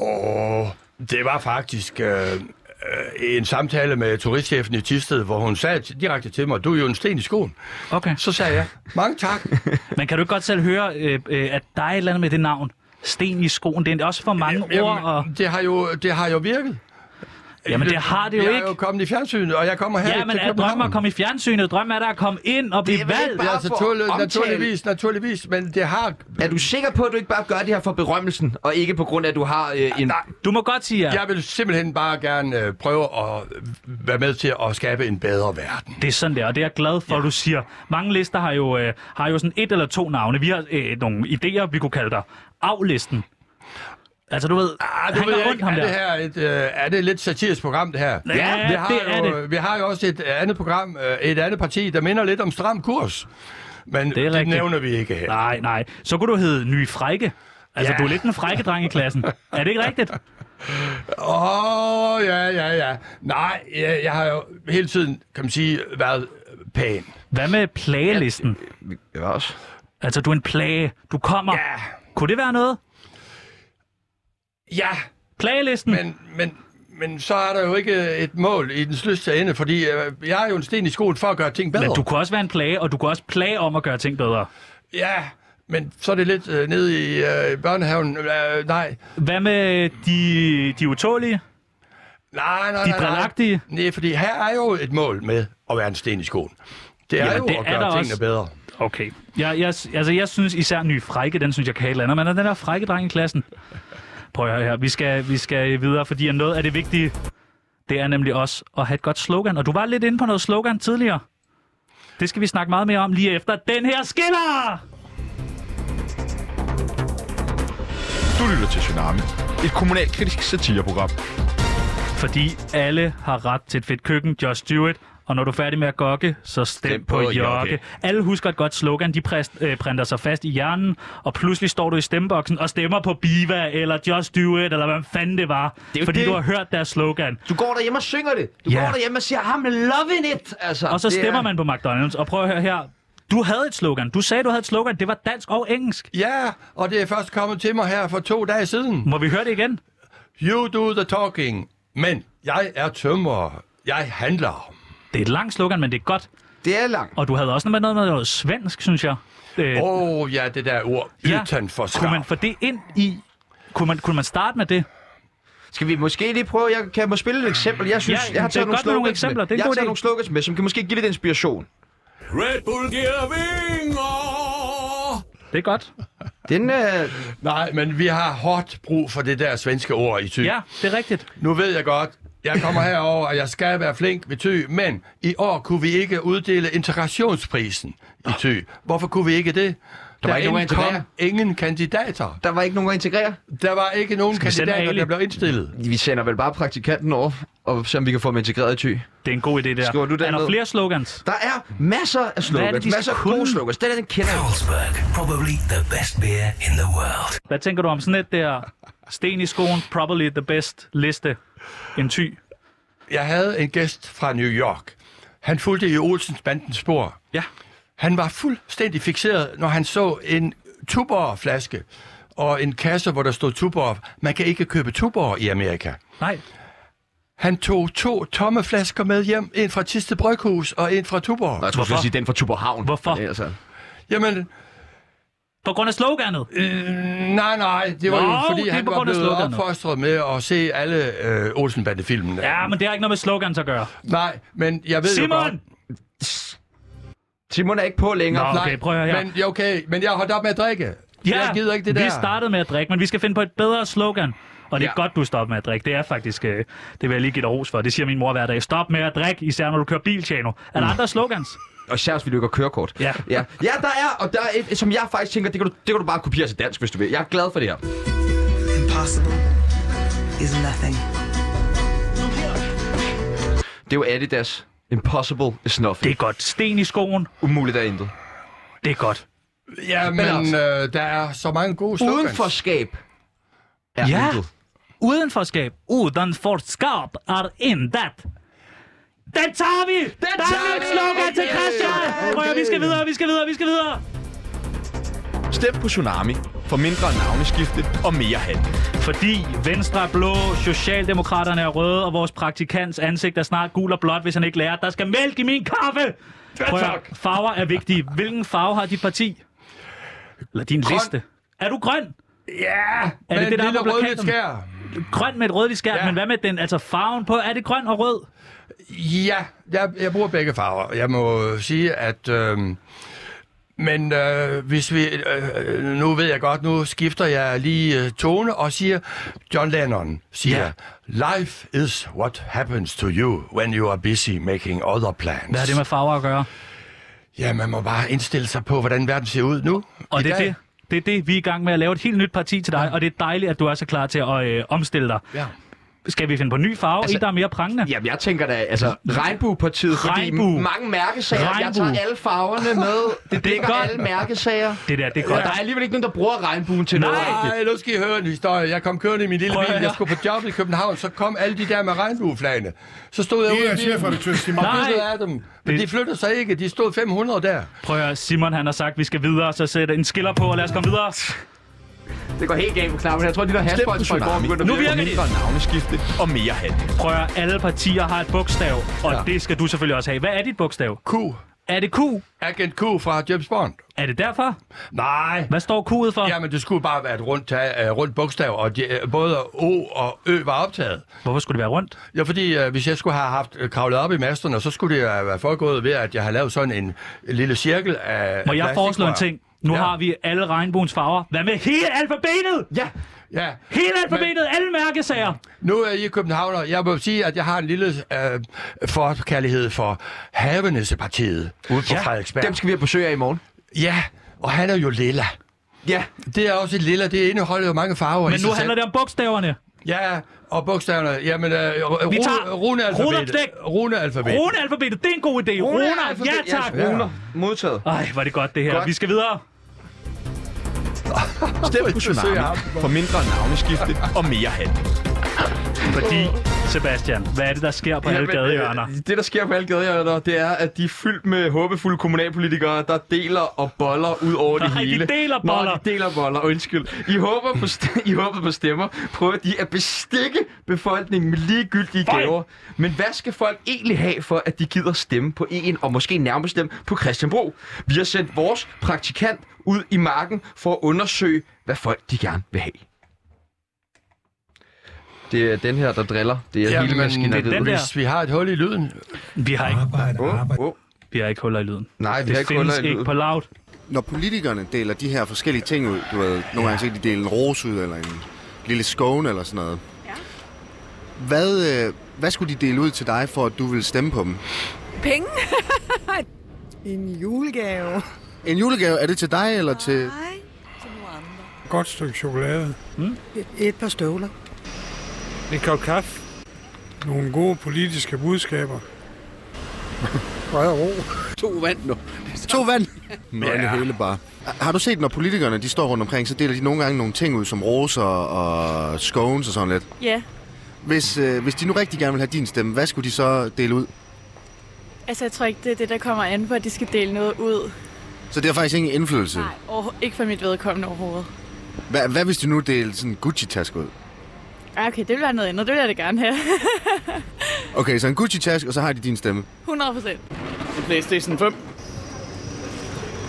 Speaker 5: Åh, det var faktisk øh, øh, en samtale med turistchefen i Tisted, hvor hun sagde t- direkte til mig, du er jo en sten i skoen.
Speaker 2: Okay.
Speaker 5: Så sagde jeg, mange tak.
Speaker 2: Men kan du ikke godt selv høre, øh, øh, at der er et eller andet med det navn? Sten i skoen, det er også for mange ord. Og...
Speaker 5: Det har jo, det har jo virket.
Speaker 2: Jamen, det har det jo
Speaker 5: jeg
Speaker 2: ikke.
Speaker 5: Jeg er jo kommet i fjernsynet, og jeg kommer her
Speaker 2: Ja, men
Speaker 5: til
Speaker 2: er drømmen at komme i fjernsynet? Drømmen er der at komme ind og blive valgt?
Speaker 5: Ja, naturlig, naturligvis, naturligvis, men det har...
Speaker 4: Er du sikker på, at du ikke bare gør det her for berømmelsen, og ikke på grund af, at du har øh, en... Nej,
Speaker 2: du må godt sige ja.
Speaker 5: Jeg vil simpelthen bare gerne øh, prøve at øh, være med til at skabe en bedre verden.
Speaker 2: Det er sådan der, og det er jeg glad for, ja. du siger. Mange lister har jo, øh, har jo sådan et eller to navne. Vi har øh, nogle idéer, vi kunne kalde dig aflisten. Altså, du ved,
Speaker 5: Ah, du
Speaker 2: han
Speaker 5: ved
Speaker 2: går
Speaker 5: jeg
Speaker 2: rundt
Speaker 5: ikke,
Speaker 2: ham
Speaker 5: er
Speaker 2: der.
Speaker 5: det her et, øh, er det et lidt satirisk program, det her?
Speaker 2: Ja,
Speaker 5: vi har
Speaker 2: det er
Speaker 5: jo, Vi har jo også et andet program, øh, et andet parti, der minder lidt om Stram Kurs. Men det, det
Speaker 2: rigtigt.
Speaker 5: nævner vi ikke her.
Speaker 2: Nej, nej. Så kunne du hedde Nye Frække. Altså,
Speaker 5: Ja.
Speaker 2: du er lidt en frække dreng i klassen. Er det ikke rigtigt?
Speaker 5: Åh, oh, ja, ja, ja. Nej, jeg, jeg har jo hele tiden, kan man sige, været pæn.
Speaker 2: Hvad med plagelisten?
Speaker 4: Jeg var også.
Speaker 2: Altså, du er en plage. Du kommer. Ja. Kunne det være noget?
Speaker 5: Ja.
Speaker 2: Plagelisten.
Speaker 5: Men, men, men så er der jo ikke et mål i den sløste ende, fordi øh, jeg er jo en sten i skoen for at gøre ting bedre.
Speaker 2: Men du kunne også være en plage, og du kunne også plage om at gøre ting bedre.
Speaker 5: Ja, men så er det lidt øh, nede i øh, børnehaven. Øh, nej.
Speaker 2: Hvad med de, de utålige?
Speaker 5: Nej, nej,
Speaker 2: De
Speaker 5: nej,
Speaker 2: drillagtige?
Speaker 5: Nej. nej, fordi her er jo et mål med at være en sten i skoen. Det er
Speaker 2: Jamen,
Speaker 5: jo
Speaker 2: det
Speaker 5: at
Speaker 2: er
Speaker 5: gøre
Speaker 2: der
Speaker 5: tingene
Speaker 2: også.
Speaker 5: bedre.
Speaker 2: Okay. Jeg, jeg, altså, jeg synes især Nye Frække, den synes jeg kan et eller andet, men er den der frække dreng i klassen. Prøv at høre her. Vi skal, vi skal videre, fordi at noget af det vigtige, det er nemlig også at have et godt slogan. Og du var lidt inde på noget slogan tidligere. Det skal vi snakke meget mere om lige efter den her skiller!
Speaker 1: Du lytter til Tsunami, et kommunalkritisk satireprogram.
Speaker 2: Fordi alle har ret til et fedt køkken, Josh Stewart. Og når du er færdig med at gokke, så stem, stem på, på jokke. jokke. Alle husker et godt slogan, de præst, øh, printer sig fast i hjernen, og pludselig står du i stemmeboksen og stemmer på Biva, eller Josh Stewart, eller hvad fanden det var. Det
Speaker 4: jo
Speaker 2: fordi
Speaker 4: det.
Speaker 2: du har hørt deres slogan.
Speaker 4: Du går derhjemme og synger det. Du
Speaker 2: Ja.
Speaker 4: går derhjemme og siger, I'm loving it. Altså,
Speaker 2: Og så
Speaker 4: det
Speaker 2: stemmer
Speaker 4: er...
Speaker 2: man på McDonald's, og prøv at høre her. Du havde et slogan. Du sagde, du havde et slogan. Det var dansk og engelsk.
Speaker 5: Ja, og det er først kommet til mig her for to dage siden.
Speaker 2: Må vi høre det igen?
Speaker 5: You do the talking, men jeg er tømrer. Jeg handler.
Speaker 2: Det er et langt slogan, men det er godt.
Speaker 4: Det er langt.
Speaker 2: Og du havde også noget med noget, med noget svensk, synes jeg. Øh,
Speaker 5: Åh, oh, ja, det der ord.
Speaker 2: Ja.
Speaker 5: Ytan for
Speaker 2: Kunne man få det ind i... Kunne man, kunne man starte med det?
Speaker 4: Skal vi måske lige prøve, jeg kan jeg må spille et eksempel. Jeg synes,
Speaker 2: Ja,
Speaker 4: jeg har
Speaker 2: det
Speaker 4: taget
Speaker 2: er
Speaker 4: nogle
Speaker 2: godt med nogle
Speaker 4: slogans
Speaker 2: eksempler. Det er en
Speaker 4: Med. Jeg har
Speaker 2: god idé.
Speaker 4: taget nogle slogans med, som kan måske give lidt inspiration.
Speaker 15: Red Bull giver vinger.
Speaker 2: Det er godt.
Speaker 4: Den, øh...
Speaker 5: Nej, men vi har hårdt brug for det der svenske ord i ty.
Speaker 2: Ja, det er rigtigt.
Speaker 5: Nu ved jeg godt, jeg kommer herover, og jeg skal være flink ved ty, men i år kunne vi ikke uddele integrationsprisen i ty. Hvorfor kunne vi ikke det?
Speaker 4: Der var ikke nogen at
Speaker 5: kom
Speaker 4: integrere.
Speaker 5: ingen kandidater.
Speaker 4: Der var ikke nogen at integrere.
Speaker 5: Der var ikke nogen
Speaker 4: Skal vi sende
Speaker 5: kandidater,
Speaker 4: Ali?
Speaker 5: der blev indstillet.
Speaker 4: Vi sender vel bare praktikanten over, og se om vi kan få dem integreret i ty.
Speaker 2: Det er en god idé, der.
Speaker 4: Skriver du den
Speaker 2: er der
Speaker 4: ned?
Speaker 2: flere slogans?
Speaker 4: Der er masser af slogans,
Speaker 2: de skal
Speaker 4: masser af gode
Speaker 2: kunne?
Speaker 4: slogans. Den er den kender jeg.
Speaker 15: Carlsberg, probably the best beer in the world.
Speaker 2: Hvad tænker du om sådan et der sten i skoen, probably the best liste, en ty?
Speaker 5: Jeg havde en gæst fra New York. Han fulgte i Olsens bandens spor.
Speaker 2: Ja.
Speaker 5: Han var fuldstændig fixeret, når han så en tuborg-flaske og en kasse, hvor der stod tuborg. Man kan ikke købe tuborg i Amerika.
Speaker 2: Nej.
Speaker 5: Han tog to tomme flasker med hjem. En fra Tiste Bryghus og en fra Tuborg.
Speaker 4: Nå, jeg tror, du skulle sige den fra Tuborghavn.
Speaker 2: Hvorfor?
Speaker 4: Det er altså...
Speaker 5: Jamen,
Speaker 2: På grund af sloganet?
Speaker 5: Øh, nej, nej. Det var
Speaker 2: Nå,
Speaker 5: jo, fordi
Speaker 2: det er
Speaker 5: han
Speaker 2: på
Speaker 5: var
Speaker 2: grund af
Speaker 5: blevet
Speaker 2: sloganet.
Speaker 5: opfostret med at se alle øh, Olsenbande-filmene.
Speaker 2: Ja, men det har ikke noget med slogans at gøre.
Speaker 5: Nej, men jeg ved jo godt...
Speaker 2: Simon!
Speaker 4: Simon er ikke på længere.
Speaker 2: Nå, okay, prøv at høre her.
Speaker 5: Men, ja, okay, men jeg har holdt op med at drikke.
Speaker 2: Ja,
Speaker 5: jeg gider ikke det der.
Speaker 2: vi startede med at drikke, men vi skal finde på et bedre slogan. Og det er
Speaker 5: Ja.
Speaker 2: godt, du stopper med at drikke. Det er faktisk, øh, det vil jeg lige give dig ros for. Det siger min mor hver dag. Stop med at drikke, især når du kører bil, Tjano. Er der
Speaker 5: Mm.
Speaker 2: andre slogans?
Speaker 4: Og særligt, vi lykker kørekort.
Speaker 2: Ja.
Speaker 4: ja. Ja, der er, og der er et, som jeg faktisk tænker, det kan, du, det kan du bare kopiere til dansk, hvis du vil. Jeg er glad for det her.
Speaker 16: Impossible is nothing.
Speaker 4: Det er jo Adidas. Impossible is nothing.
Speaker 2: Det er godt. Sten i skoen.
Speaker 4: Umuligt er intet.
Speaker 2: Det er godt.
Speaker 5: Ja, men øh, der er så mange gode slogans.
Speaker 4: Udenforskab.
Speaker 2: Ja. Udenforskab. Udenforskab er intet. Den tager vi! Den der er et nyt slogan til Christian! Prøv at, vi skal videre, vi skal videre, vi skal videre!
Speaker 1: Stem på Tsunami for mindre navneskifte og mere handling.
Speaker 2: Fordi Venstre er blå, Socialdemokraterne er røde, og vores praktikants ansigt er snart gul og blåt, hvis han ikke lærer, at der skal mælk i min kaffe! Prøv at, høre, farver er vigtige. Hvilken farve har dit parti? Eller din
Speaker 5: Grøn.
Speaker 2: liste? Er du grøn?
Speaker 5: Ja,
Speaker 2: Er det
Speaker 5: men
Speaker 2: det, der er
Speaker 5: lille
Speaker 2: på
Speaker 5: rødligt
Speaker 2: plakaten?
Speaker 5: skær.
Speaker 2: grøn med et rødligt skær, ja. men hvad med den, altså farven på, er det grøn og rød?
Speaker 5: Ja, jeg, jeg bruger begge farver. Jeg må sige, at... Øh, men øh, hvis vi... Øh, nu ved jeg godt, nu skifter jeg lige øh, tone og siger... John Lennon siger...
Speaker 2: Ja.
Speaker 5: Life is what happens to you when you are busy making other plans.
Speaker 2: Hvad har det med farver at gøre?
Speaker 5: Ja, man må bare indstille sig på, hvordan verden ser ud nu.
Speaker 2: Og
Speaker 5: i
Speaker 2: det er
Speaker 5: dag.
Speaker 2: det. Det er det, vi er i gang med at lave et helt nyt parti til dig, ja. og det er dejligt, at du er så klar til at øh, omstille dig.
Speaker 5: Ja.
Speaker 2: Skal vi finde på en ny farve, altså, en, der er mere prangende?
Speaker 4: Jamen, jeg tænker da, altså, Regnbuepartiet, fordi
Speaker 2: Regnbue.
Speaker 4: mange mærkesager, jeg
Speaker 2: Regnbue.
Speaker 4: tager alle farverne med, det
Speaker 2: Det er
Speaker 4: dækker
Speaker 2: godt.
Speaker 4: alle mærkesager.
Speaker 2: Det der, det er godt.
Speaker 4: Ja, der er alligevel ikke nogen, der bruger regnbuen til
Speaker 5: Nej,
Speaker 4: noget.
Speaker 5: Nej, nu skal I høre en historie. Jeg kom kørende i min lille
Speaker 4: Prøv at
Speaker 5: bil.
Speaker 4: høre.
Speaker 5: Jeg skulle på job i København, så kom alle de der med regnbueflagene. Så stod jeg
Speaker 6: Det
Speaker 5: ude
Speaker 6: er
Speaker 5: i bilen
Speaker 6: chefredaktør Simon.
Speaker 5: og
Speaker 2: Nej.
Speaker 5: byttede af dem. Men
Speaker 2: Det-
Speaker 5: de flyttede sig ikke. De stod 500 der.
Speaker 2: Prøv at høre, Simon han har sagt, at vi skal videre, så sæt en skiller på, og lad os komme videre.
Speaker 4: Det går helt galt på knappen. Jeg tror, de der
Speaker 2: på
Speaker 4: hashbolds fra i går
Speaker 2: tsunami.
Speaker 4: begynder
Speaker 2: Nu
Speaker 4: at virke
Speaker 2: virker de.
Speaker 4: mindre navneskifte og mere handling.
Speaker 2: Prøv at høre, alle partier har et bogstav, og ja. det skal du selvfølgelig også have. Hvad er dit bogstav?
Speaker 5: Q.
Speaker 2: Er det Q?
Speaker 5: Agent Q fra James Bond.
Speaker 2: Er det derfor?
Speaker 5: Nej.
Speaker 2: Hvad står Q'et for?
Speaker 5: Jamen, det skulle bare være et rundt, tag, uh, rundt bogstav, og de, uh, både O og Ø var optaget.
Speaker 2: Hvorfor skulle det være rundt?
Speaker 5: Ja, fordi uh, hvis jeg skulle have haft uh, kravlet op i masterne, så skulle det uh, være foregået ved, at jeg har lavet sådan en lille cirkel af
Speaker 2: Må jeg
Speaker 5: plastikrør.
Speaker 2: foreslå en ting? Nu
Speaker 5: Ja.
Speaker 2: ja. har vi alle regnbuens farver. Hvad med hele alfabetet?
Speaker 4: Ja.
Speaker 5: Ja.
Speaker 2: Hele alfabetet, Men... alle mærkesager.
Speaker 5: Nu er I i København, og jeg må sige, at jeg har en lille øh, forkærlighed for Havenissepartiet ude på ja, Frederiksberg.
Speaker 4: Dem skal vi have besøg af i morgen.
Speaker 5: Ja, og han er jo lilla.
Speaker 4: Ja.
Speaker 5: Det er også et lilla, det indeholder jo mange farver i
Speaker 2: Men
Speaker 5: sig
Speaker 2: nu
Speaker 5: selv.
Speaker 2: handler det om bogstaverne.
Speaker 5: Ja, og bogstaverne. Jamen, øh,
Speaker 2: Vi
Speaker 5: ru-
Speaker 2: tager
Speaker 5: runealfabetet.
Speaker 2: Runealfabet.
Speaker 5: Runealfabetet.
Speaker 2: Runealfabetet, det er en god idé. Runer, ja
Speaker 4: Runealfabet.
Speaker 2: tak.
Speaker 4: Ja, Runer. Modtaget.
Speaker 2: Ej, hvor er det godt det her.
Speaker 4: Godt.
Speaker 2: Godt. Vi skal videre.
Speaker 4: Stem på
Speaker 5: besøg af ham.
Speaker 4: tsunami for mindre navneskifte og mere handling.
Speaker 2: Fordi, Sebastian, hvad er det, der sker på alle
Speaker 4: Jamen,
Speaker 2: gadehjørner?
Speaker 4: øh, Det, der sker på alle gadehjørner, det er, at de er fyldt med håbefulde kommunalpolitikere, der deler og boller ud over det
Speaker 2: Nej, de
Speaker 4: hele.
Speaker 2: deler boller.
Speaker 4: Nå, de deler boller, undskyld. I håber på, st- I håber på stemmer. Prøver de at bestikke befolkningen med ligegyldige
Speaker 2: Føj.
Speaker 4: gaver. Men hvad skal folk egentlig have for, at de gider stemme på en, og måske nærmest dem på Christianbro? Vi har sendt vores praktikant ud i marken for at undersøge, hvad folk de gerne vil have. Det er den her, der driller. Det er hele maskineriet.
Speaker 2: den der.
Speaker 5: hvis vi har et hul i lyden...
Speaker 2: Vi har ikke,
Speaker 4: Oh, oh.
Speaker 2: vi har ikke huller i lyden.
Speaker 4: Nej, vi
Speaker 2: det
Speaker 4: har ikke
Speaker 2: findes
Speaker 4: huller i
Speaker 2: ikke
Speaker 4: lyden.
Speaker 2: på loud.
Speaker 11: Når politikerne deler de her forskellige ting ud, du ved, nogle gange så kan de dele en rose ud, eller en lille skåne, eller sådan noget. Ja. Hvad, øh, hvad skulle de dele ud til dig, for at du ville stemme på dem?
Speaker 17: Penge? en julegave.
Speaker 11: En julegave, er det til dig, eller til...
Speaker 18: Godt stykke chokolade.
Speaker 2: Mm?
Speaker 17: Et, et par støvler.
Speaker 18: En kop kaffe. Nogle gode politiske budskaber.
Speaker 11: Fred ro.
Speaker 12: To vand nu.
Speaker 11: To vand. Nøgne ja. hele bare. Har du set, når politikerne de står rundt omkring, så deler de nogle gange nogle ting ud, som roser og scones og sådan lidt.
Speaker 19: Ja,
Speaker 11: Hvis, øh, hvis de nu rigtig gerne vil have din stemme, hvad skulle de så dele ud?
Speaker 19: altså jeg tror ikke, det er det, der kommer an på, at de skal dele noget ud.
Speaker 11: Så det har faktisk ingen indflydelse.
Speaker 19: Nej, overho- ikke for mit vedkommende overhovedet.
Speaker 11: Hvad, hvad hvis de nu delte sådan en Gucci-taske ud?
Speaker 19: Ej, Ah, okay, det vil være noget andet, det vil jeg da gerne have.
Speaker 11: Okay, så en Gucci-taske, og så har de din stemme.
Speaker 19: 100 procent.
Speaker 12: En Playstation 5.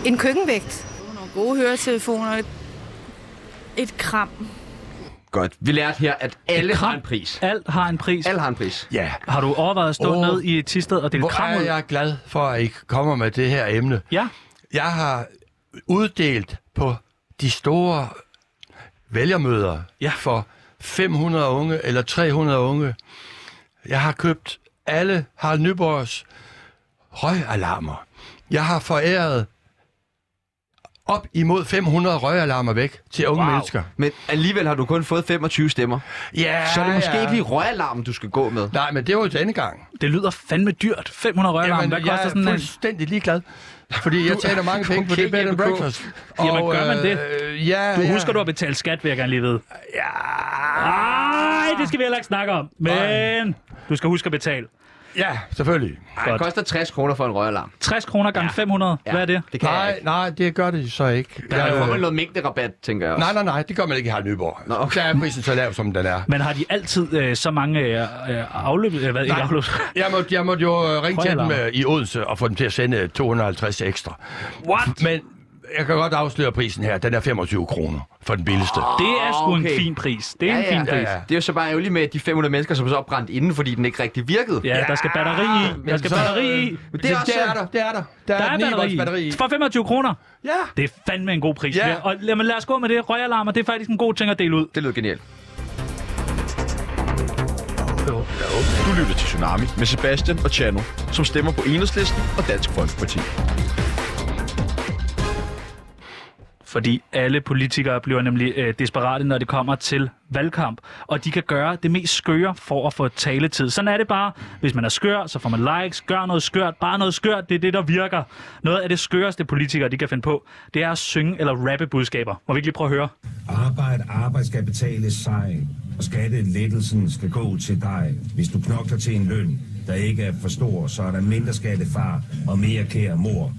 Speaker 17: En køkkenvægt. Nogle gode høretelefoner.
Speaker 19: Et kram.
Speaker 4: Godt. Vi lærte her, at alle
Speaker 2: kram.
Speaker 4: har en pris.
Speaker 2: Alt har en pris.
Speaker 4: Alle har en pris.
Speaker 5: Ja.
Speaker 2: Har du overvejet at stå
Speaker 5: Åh,
Speaker 2: oh, ned i et tisted og dele
Speaker 5: Hvor
Speaker 2: kram
Speaker 5: er
Speaker 2: ud?
Speaker 5: jeg glad for, at I kommer med det her emne.
Speaker 2: Ja.
Speaker 5: Jeg har uddelt på de store vælgermøder ja. for 500 unge eller 300 unge. Jeg har købt alle Harald Nyborgs røgalarmer. Jeg har foræret op imod 500 røgalarmer væk til unge wow. mennesker.
Speaker 4: Men alligevel har du kun fået 25 stemmer.
Speaker 5: Ja,
Speaker 4: Så er det måske
Speaker 5: ja.
Speaker 4: ikke lige røgalarmen, du skal gå med.
Speaker 5: Nej, men det var jo denne gang.
Speaker 2: Det lyder fandme dyrt. 500 røgalarm. Hvad
Speaker 5: jeg
Speaker 2: koster sådan
Speaker 5: er
Speaker 2: en?
Speaker 5: fuldstændig ligeglad, fordi jeg
Speaker 2: Du-
Speaker 5: tjener mange penge på
Speaker 2: Okay,
Speaker 5: det bed and
Speaker 2: JBK.
Speaker 5: breakfast.
Speaker 2: Jamen, gør man det?
Speaker 5: Øh, ja,
Speaker 2: Du
Speaker 5: ja.
Speaker 2: husker, du har betalt skat, vil jeg gerne lige vide. Nej, det skal vi heller ikke snakke om. Men du skal huske at betale.
Speaker 5: Ja, selvfølgelig.
Speaker 4: Ej, det koster 60 kroner for en røgalarm.
Speaker 2: 60 kroner gange 500. Hvad er det?
Speaker 4: Det kan jeg
Speaker 5: Nej,
Speaker 4: ikke.
Speaker 5: nej, det gør det så ikke.
Speaker 4: Der
Speaker 5: Jeg,
Speaker 4: er jo
Speaker 5: øh,
Speaker 4: fået noget mængderabat, tænker jeg også.
Speaker 5: Nej, nej, nej, det gør man ikke i Harald Nyborg. Nå, okay. Der er prisen så lav, som den er.
Speaker 2: Men har de altid øh, så mange øh, øh, afløb? Øh, hvad, ikke
Speaker 5: Nej.
Speaker 2: afløb?
Speaker 5: Jeg måtte, jeg måtte jo øh, ringe til dem
Speaker 2: Røgalarm.
Speaker 5: øh, i Odense og få dem til at sende 250 ekstra.
Speaker 2: What?
Speaker 5: Men jeg kan godt afsløre prisen her. Den er 25 kroner for den billigste.
Speaker 2: Ah, Det er sgu en fin pris. Det er en fin pris.
Speaker 4: Det er jo så bare ærgerligt med de 500 mennesker, som så er brændt inden, fordi den ikke rigtig virkede.
Speaker 2: Ja, der skal batteri i. Der skal batteri i.
Speaker 4: Men det er, også, der er der, det er der. Der,
Speaker 2: Der er
Speaker 4: et 9 volts
Speaker 2: batteri.
Speaker 4: batteri i.
Speaker 2: For 25 kroner.
Speaker 4: Ja.
Speaker 2: Det er fandme en god pris.
Speaker 4: Ja.
Speaker 2: Ja. Og lad, men lad os gå med det. Røgalarmer, det er faktisk en god ting at dele ud.
Speaker 4: Det lyder genialt. Du lytter til Tsunami med Sebastian og Chano, som stemmer på Enhedslisten og Dansk Folkeparti.
Speaker 2: Fordi alle politikere bliver nemlig øh, desperate, når det kommer til valgkamp. Og de kan gøre det mest skøre for at få taletid. Sådan er det bare. Hvis man er skør, så får man likes. Gør noget skørt. Bare noget skørt. Det er det, der virker. Noget af det skøreste politikere, de kan finde på, det er at synge eller rappe budskaber. Må vi ikke lige prøve at høre?
Speaker 20: Arbejde, arbejde skal betales sig, og skattelettelsen skal gå til dig. Hvis du knokler til en løn, der ikke er for stor, så er der mindre skattefar og mere kære mor.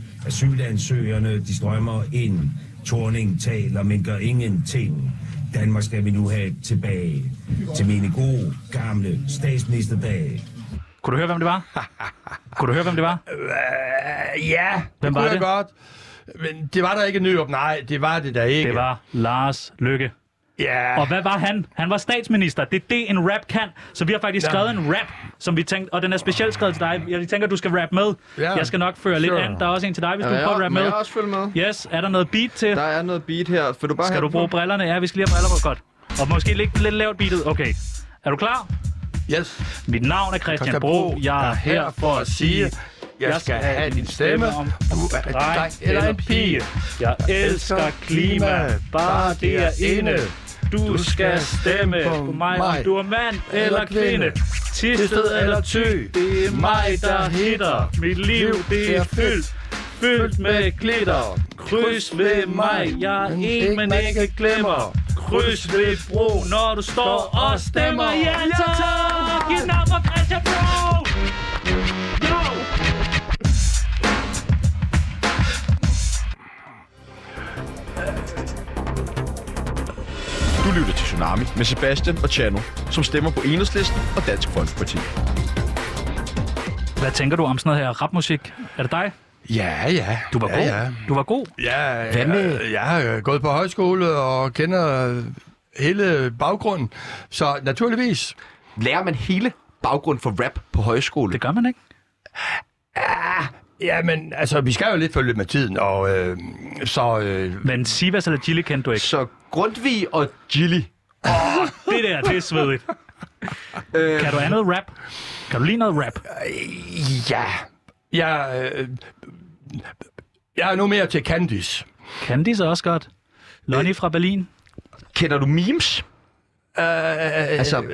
Speaker 20: Asylansøgerne, de strømmer ind. Torning taler, men gør ingenting. Danmark skal vi nu have tilbage til mine gode, gamle statsministerdage.
Speaker 2: Kunne du høre, hvem det var? Kunne du høre, hvem det var?
Speaker 5: Øh, ja,
Speaker 2: Hvem
Speaker 5: det
Speaker 2: var
Speaker 5: kunne jeg
Speaker 2: det?
Speaker 5: godt. Men det var der ikke nyop. Nej, det var det der ikke.
Speaker 2: Det var Lars Lykke.
Speaker 5: Ja.
Speaker 2: Og hvad var han? Han var statsminister. Det er det, en rap kan. Så vi har faktisk
Speaker 5: Ja.
Speaker 2: skrevet en rap, som vi tænkte, og den er specielt skrevet til dig. Jeg tænker, du skal rap med.
Speaker 4: Ja.
Speaker 2: Jeg skal nok føre lidt
Speaker 4: Sure.
Speaker 2: an. Der er også en til dig, hvis
Speaker 4: Ja,
Speaker 2: du
Speaker 4: ja.
Speaker 2: prøver at rap
Speaker 4: Må
Speaker 2: med.
Speaker 4: jeg også følge med?
Speaker 2: Yes, er der noget beat til?
Speaker 4: Der er noget beat her. Vil du bare
Speaker 2: skal
Speaker 4: have
Speaker 2: du
Speaker 4: den
Speaker 2: bruge
Speaker 4: på?
Speaker 2: brillerne? Ja, vi skal lige have briller på godt. Og måske lidt, lidt lavt beatet. Okay. Er du klar?
Speaker 5: Yes.
Speaker 2: Mit navn er Christian Bro. Jeg er her for at sige,
Speaker 5: jeg skal have din stemme, om du er en dreng eller en pige.
Speaker 2: Jeg elsker klima, bare det er inde. Du skal stemme på mig, om du er mand eller kvinde. Tisted eller ty, det er mig, der hitter. Mit liv, det er fyldt, fyldt med glitter. Kryds ved mig, jeg er en, man ikke glemmer. Kryds ved bro, når du står og stemmer. Ja, tak! Giv den op for Christian Bro! Yo!
Speaker 4: Du lytter til Tsunami med Sebastian og Chano, som stemmer på Enhedslisten og Dansk Folkeparti.
Speaker 2: Hvad tænker du om sådan noget her rapmusik? Er det dig?
Speaker 5: Ja, ja.
Speaker 2: Du var
Speaker 5: ja,
Speaker 2: god.
Speaker 5: Ja.
Speaker 2: Du var god.
Speaker 5: Ja,
Speaker 2: Hvad med-
Speaker 5: Jeg, jeg har øh, gået på højskole og kender øh, hele baggrunden, så naturligvis.
Speaker 4: Lærer man hele baggrunden for rap på højskole? Det
Speaker 2: gør man ikke.
Speaker 5: Ja, men altså, vi skal jo lidt følge med tiden, og øh, så... Øh,
Speaker 2: men Sivas eller Gilly kendte du ikke?
Speaker 5: Så
Speaker 4: Grundtvig og Gilly.
Speaker 2: Det der, det er svedigt.
Speaker 5: Øh.
Speaker 2: kan du andet rap? Kan du lide noget rap?
Speaker 5: Ja. Jeg, øh, jeg er nu mere til Candice.
Speaker 2: Candice er også godt. Lonnie fra Berlin.
Speaker 4: Kender du memes?
Speaker 5: Uh,
Speaker 4: altså,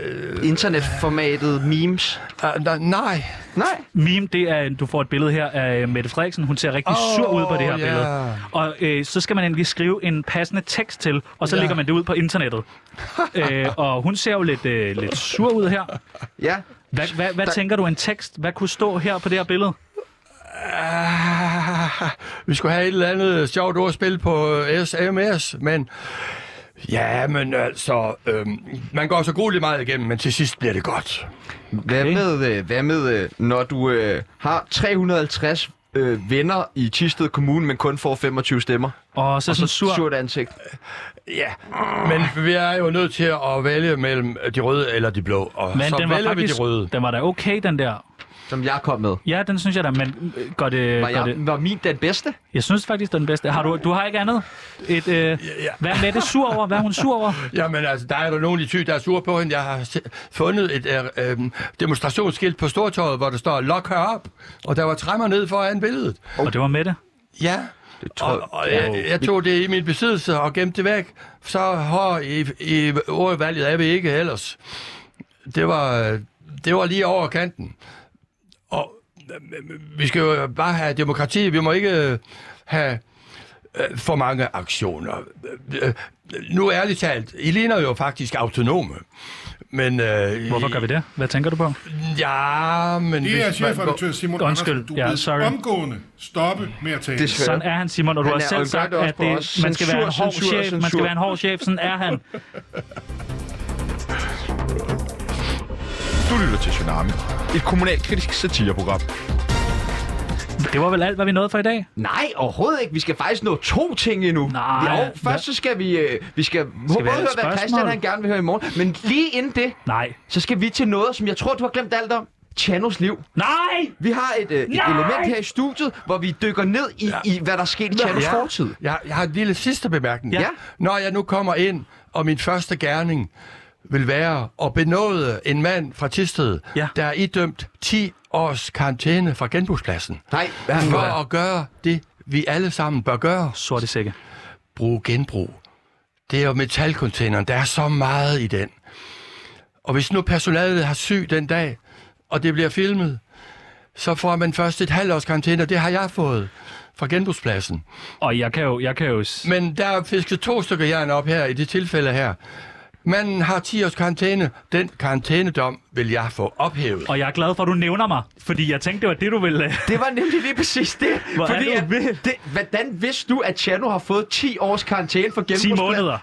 Speaker 4: internetformatet memes?
Speaker 5: Uh, nej.
Speaker 4: Nej.
Speaker 2: Meme, det er, du får et billede her af Mette Frederiksen. Hun ser rigtig
Speaker 5: Åh,
Speaker 2: oh, sur ud på det her
Speaker 5: ja.
Speaker 2: billede. Og øh, så skal man endelig skrive en passende tekst til, og så
Speaker 5: Ja.
Speaker 2: lægger man det ud på internettet. øh, og hun ser jo lidt, øh, lidt sur ud her.
Speaker 4: Ja.
Speaker 2: Hvad, hvad, hvad tænker du en tekst? Hvad kunne stå her på det her billede?
Speaker 5: Ah, vi skulle have et eller andet sjovt ordspil på øh, SMS, men... Ja, men altså, øhm, man går så grueligt meget igennem, men til sidst bliver det godt.
Speaker 4: Hvad med, øh, hvad med øh, når du øh, har 350 øh, venner i Tisted Kommune, men kun får 25 stemmer?
Speaker 2: Og så,
Speaker 4: og
Speaker 2: sådan
Speaker 4: så
Speaker 2: sur-
Speaker 4: surt ansigt.
Speaker 5: Ja, men vi er jo nødt til at vælge mellem de røde eller de blå, og
Speaker 2: Men
Speaker 5: så
Speaker 2: den var
Speaker 5: vælger vi
Speaker 2: faktisk,
Speaker 5: de røde.
Speaker 2: den var da okay, den der.
Speaker 4: Som jeg kom med.
Speaker 2: Ja, den synes jeg da, men øh, går det...
Speaker 4: Var,
Speaker 2: går
Speaker 4: jeg,
Speaker 2: det...
Speaker 4: var min den bedste?
Speaker 2: Jeg synes faktisk, det er den bedste. Har du, du har ikke andet? Et, øh, ja, ja. Hvad er Mette sur over? Hvad er hun sur over?
Speaker 5: Jamen altså, der er der nogen i Thy, der er sur på hende. Jeg har se- fundet et øh, øh, demonstrationsskilt på Stortorvet, hvor der står, lok her op, og der var træmmer ned foran billedet.
Speaker 2: Og det var Mette?
Speaker 5: Ja, og, og jeg, jeg tog det i min besiddelse og gemte det væk. Så har i, i ordvalget er vi ikke ellers. Det var, øh, det var lige over kanten. Og øh, vi skal jo bare have demokrati. Vi må ikke øh, have øh, for mange aktioner. Øh, øh, Nu ærligt talt, I ligner jo faktisk autonome. Men, øh,
Speaker 2: Hvorfor gør vi det? Hvad tænker du på?
Speaker 5: Ja, men...
Speaker 6: Det er chefredaktør Simon
Speaker 2: Undskyld,
Speaker 6: Andersen. Du
Speaker 2: ja,
Speaker 6: ja,
Speaker 2: sorry.
Speaker 6: omgående stoppe med at tale.
Speaker 2: Sådan er han, Simon, og du
Speaker 6: Han
Speaker 2: har
Speaker 6: er-
Speaker 2: selv sagt,
Speaker 6: og gør det også
Speaker 2: at
Speaker 6: på
Speaker 2: det,
Speaker 6: os.
Speaker 2: man skal være en
Speaker 6: Censur,
Speaker 2: hård
Speaker 6: censur,
Speaker 2: chef. Man skal
Speaker 6: censur.
Speaker 2: være en hård chef, sådan er han.
Speaker 4: Du lytter til Tsunami, et kommunalkritisk satireprogram.
Speaker 2: Det var vel alt, hvad vi nåede for i dag?
Speaker 4: Nej, overhovedet ikke. Vi skal faktisk nå to ting endnu. Nej. Jo, først så skal vi... Øh, vi skal, skal vi
Speaker 2: have
Speaker 4: høre,
Speaker 2: et
Speaker 4: hvad Christian
Speaker 2: spørgsmål?
Speaker 4: han gerne vil høre i morgen. Men lige inden det,
Speaker 2: Nej.
Speaker 4: så skal vi til noget, som jeg tror, du har glemt alt om. Chanos liv.
Speaker 2: Nej!
Speaker 4: Vi har et, øh, et
Speaker 5: Nej!
Speaker 4: element her i studiet, hvor vi dykker ned i, ja. i hvad der skete i Chanos
Speaker 5: Ja.
Speaker 4: fortid.
Speaker 5: Jeg, jeg har en lille sidste bemærkning.
Speaker 4: Ja.
Speaker 5: Når jeg nu kommer ind, og min første gerning vil være at benåde en mand fra Tisted, ja. der er idømt 10 års karantæne fra genbrugspladsen.
Speaker 4: Nej,
Speaker 5: hvad for at gøre det, vi alle sammen bør gøre.
Speaker 2: Så er det sikkert.
Speaker 5: Brug genbrug. Det er jo metalcontaineren. Der er så meget i den. Og hvis nu personalet har syg den dag, og det bliver filmet, så får man først et halvt års karantæne, og det har jeg fået fra genbrugspladsen.
Speaker 2: Og jeg kan jo... Jeg kan jo s-
Speaker 5: Men der er fisket to stykker jern op her i det tilfælde her. Manden har 10 års karantæne. Den karantænedom vil jeg få ophævet.
Speaker 2: og jeg er glad for, at du nævner mig, fordi jeg tænkte, det var det, du ville... øh,
Speaker 4: Det var nemlig lige præcis det.
Speaker 2: Hvor er
Speaker 4: fordi
Speaker 2: du
Speaker 4: at- det, hvordan vidste du, at Chano har fået 10 års karantæne for genbrugspladsen?
Speaker 2: 10 måneder.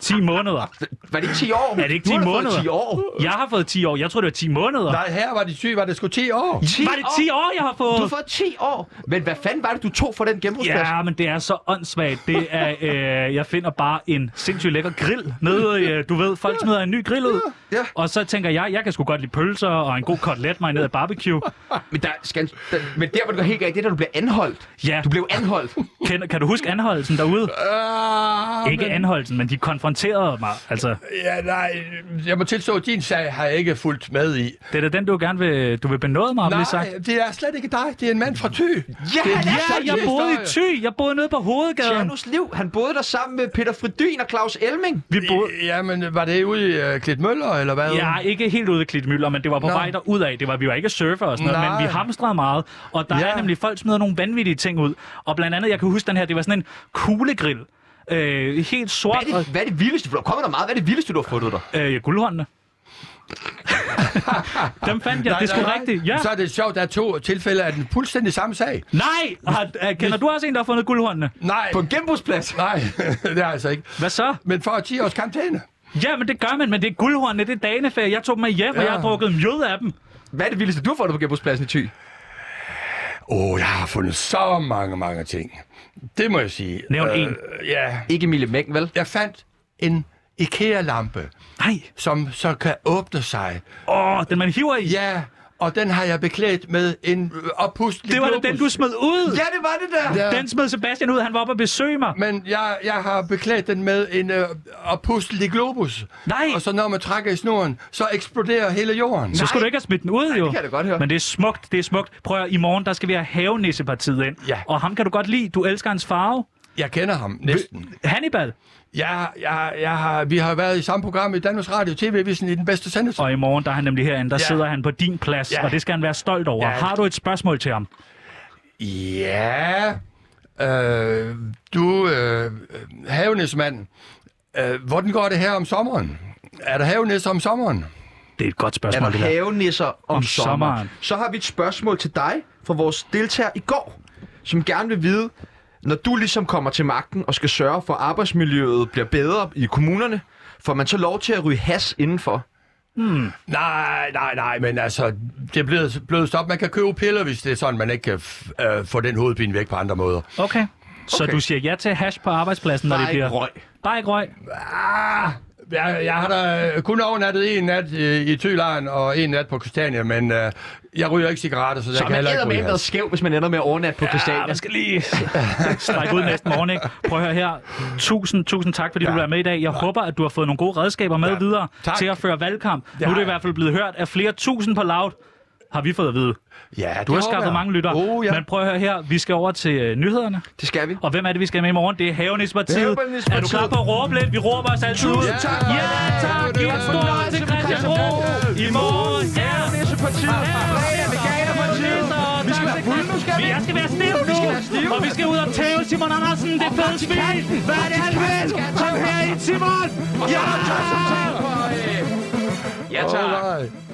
Speaker 2: 10 måneder.
Speaker 4: Var det ikke 10 år?
Speaker 2: Er det ikke
Speaker 4: Du
Speaker 2: 10
Speaker 4: har da fået
Speaker 2: måneder?
Speaker 4: 10 år.
Speaker 2: Jeg har fået 10 år. Jeg tror det var 10 måneder.
Speaker 5: Nej, her var det syg, var det sgu 10 år.
Speaker 2: 10 var det 10 år, jeg har fået?
Speaker 4: Du har fået 10 år. Men hvad fanden var det, du tog for den genbrugsplads?
Speaker 2: Ja, men det er så åndssvagt. Det er, øh, jeg finder bare en sindssygt lækker grill nede. Øh, du ved, folk smider en ny grill ud.
Speaker 4: Ja.
Speaker 2: Og så tænker jeg, jeg kan sgu godt lide pølser og en god kotelet marineret i barbecue.
Speaker 4: Men der, skal, der, men der, hvor det går helt galt, det er, da du bliver anholdt.
Speaker 2: Ja.
Speaker 4: Du blev anholdt.
Speaker 2: Kan, kan du huske anholdelsen derude?
Speaker 5: Ah,
Speaker 2: Ikke
Speaker 5: men-
Speaker 2: anholdelsen, men de konfronterede mig. Altså,
Speaker 5: Ja, nej, jeg må tilstå, at din sag har jeg ikke fulgt med i.
Speaker 2: det er da den, du gerne vil, du vil benåde mig om, lige sagt.
Speaker 5: Nej, det er slet ikke dig. Det er en mand fra Thy.
Speaker 4: han er
Speaker 2: ja,
Speaker 4: sådan
Speaker 2: jeg
Speaker 4: en
Speaker 2: boede i
Speaker 4: historie.
Speaker 2: Thy. Jeg boede nede på hovedgaden.
Speaker 4: Janus Liv, han boede der sammen med Peter Fridyn og Claus Elming.
Speaker 2: Vi boede...
Speaker 5: Jamen, var det ude i uh, Klitmøller, eller hvad?
Speaker 2: Ja, ikke helt ude i Klitmøller, men det var på
Speaker 5: Nå.
Speaker 2: vej derud af. Det var, vi var ikke surfer og sådan noget,
Speaker 5: Nej.
Speaker 2: men vi hamstrede meget. Og der ja. er nemlig folk smider nogle vanvittige ting ud. Og blandt andet, jeg kan huske den her, det var sådan en kuglegrill. Øh, helt sort.
Speaker 4: Hvad er, det, hvad er det vildeste? For der kommer der meget. Hvad er det vildeste, du har fundet dig?
Speaker 2: Og, øh, guldhåndene. Dem fandt jeg, det er sgu rigtigt. Ja.
Speaker 5: Så er det sjovt, der er to tilfælde af den fuldstændig samme sag.
Speaker 2: Nej! Har, øh, kender du også en, der har fundet guldhåndene?
Speaker 5: Nej,
Speaker 4: På en genbrugsplads?
Speaker 5: nej, det er altså ikke.
Speaker 2: Hvad så?
Speaker 5: Men for 10 års karantæne.
Speaker 2: Ja, men det gør man, men det er guldhåndene, det er daneferie. Jeg tog dem med hjem, ja. og
Speaker 5: Ja.
Speaker 2: jeg har drukket mjød af dem.
Speaker 4: Hvad er det vildeste, du har fundet på genbrugspladsen i Thy?
Speaker 5: Åh, oh, jeg har fundet så mange, mange ting. Det må jeg sige.
Speaker 2: Nævn
Speaker 5: Øh,
Speaker 2: en.
Speaker 5: Ja,
Speaker 4: Ikke Emilie Mækken, vel?
Speaker 5: jeg fandt en IKEA-lampe,
Speaker 2: Nej.
Speaker 5: som så kan åbne sig.
Speaker 2: Åh, oh, den man hiver i.
Speaker 5: Ja, og den har jeg beklædt med en øh, oppustelig
Speaker 2: Det var da
Speaker 5: globus.
Speaker 2: den, du smed ud.
Speaker 4: Ja, det var det der.
Speaker 5: Ja.
Speaker 2: Den smed Sebastian ud, han var oppe og besøge mig.
Speaker 5: Men jeg, jeg har beklædt den med en øh, oppustelig globus.
Speaker 2: Nej.
Speaker 5: Og så når man trækker i snoren, så eksploderer hele jorden.
Speaker 2: Så skulle du ikke have smidt den ud, jo.
Speaker 4: det kan jeg da godt høre.
Speaker 2: Men det er smukt, det er smukt. Prøv at, høre, i morgen, der skal vi have havenissepartiet ind.
Speaker 5: Ja.
Speaker 2: Og ham kan du godt lide. Du elsker hans farve.
Speaker 5: Jeg kender ham næsten.
Speaker 2: Hannibal.
Speaker 5: Jeg, jeg, jeg har, vi har været i samme program i Danmarks Radio TV-avisen i den bedste sendelse.
Speaker 2: Og i morgen, der er han nemlig herinde. Der
Speaker 5: Ja.
Speaker 2: sidder han på din plads,
Speaker 5: Ja.
Speaker 2: og det skal han være stolt over.
Speaker 5: Ja.
Speaker 2: Har du et spørgsmål til ham?
Speaker 5: Ja, øh, du øh, havenismand, øh, hvordan går det her om sommeren? Er der havenis om sommeren?
Speaker 2: Det er et godt
Speaker 4: Er der
Speaker 2: spørgsmål, det der.
Speaker 4: havenisser om,
Speaker 2: Om
Speaker 4: om
Speaker 2: sommeren.
Speaker 4: sommeren? Så har vi et spørgsmål til dig fra vores deltager i går, som gerne vil vide, når du ligesom kommer til magten og skal sørge for, at arbejdsmiljøet bliver bedre i kommunerne, får man så lov til at ryge has indenfor?
Speaker 5: Nej, nej, nej, men altså, det er blevet, blevet stop. Man kan købe piller, hvis det er sådan, man ikke kan f- øh, få den hovedpine væk på andre måder.
Speaker 2: Okay. Så
Speaker 4: Okay.
Speaker 2: du siger ja til hash på arbejdspladsen, når
Speaker 4: Der
Speaker 2: det
Speaker 4: er ikke
Speaker 2: bliver...
Speaker 4: røg.
Speaker 2: Bare ikke røg.
Speaker 5: Ah, jeg, jeg har da kun overnattet en nat øh, i, i Tylejren og en nat på Christiania, men øh, jeg ryger ikke cigaretter, så, så jeg
Speaker 4: Så
Speaker 5: kan
Speaker 4: man
Speaker 5: heller ikke
Speaker 4: æder med
Speaker 5: ryge
Speaker 4: været
Speaker 5: has.
Speaker 4: skæv, hvis man ender med at overnatte på
Speaker 2: Ja,
Speaker 4: Christiania.
Speaker 2: man skal lige strække ud næste morgen, ikke? Prøv at høre her. Tusind, tusind tak, fordi ja. du vil være med i dag. Jeg håber, at du har fået nogle gode redskaber med ja. videre
Speaker 5: Tak.
Speaker 2: til at føre valgkamp. Ja.
Speaker 5: Det
Speaker 2: Nu er
Speaker 5: har
Speaker 2: det i
Speaker 5: jeg.
Speaker 2: hvert fald blevet hørt af flere tusind på Loud, har vi fået at vide.
Speaker 5: Ja,
Speaker 2: Du har
Speaker 5: det håber
Speaker 2: skaffet
Speaker 5: jeg.
Speaker 2: mange lyttere.
Speaker 5: Oh, ja.
Speaker 2: Men prøv at høre her. Vi skal over til øh, nyhederne.
Speaker 4: Det skal vi.
Speaker 2: Og hvem er det, vi skal have med i morgen? Det er Havenispartiet.
Speaker 4: Havenispartiet.
Speaker 2: Er du klar på at råbe lidt? Vi råber os altid ud.
Speaker 4: Tusind tak.
Speaker 2: Ja, tak. Giv en stor hånd til Christian Bro. I morgen er
Speaker 4: Havenissepartiet. Veganerpartiet. Vi skal være fulde nu, skal vi?
Speaker 2: vi? Jeg skal være stiv nu. Og vi skal ud og tæve Simon Andersen, det fede svin. Hvad er det, han vil? Kom her i Simon. Ja,
Speaker 4: Ja, tak.
Speaker 2: Ja, tak.
Speaker 5: Alright.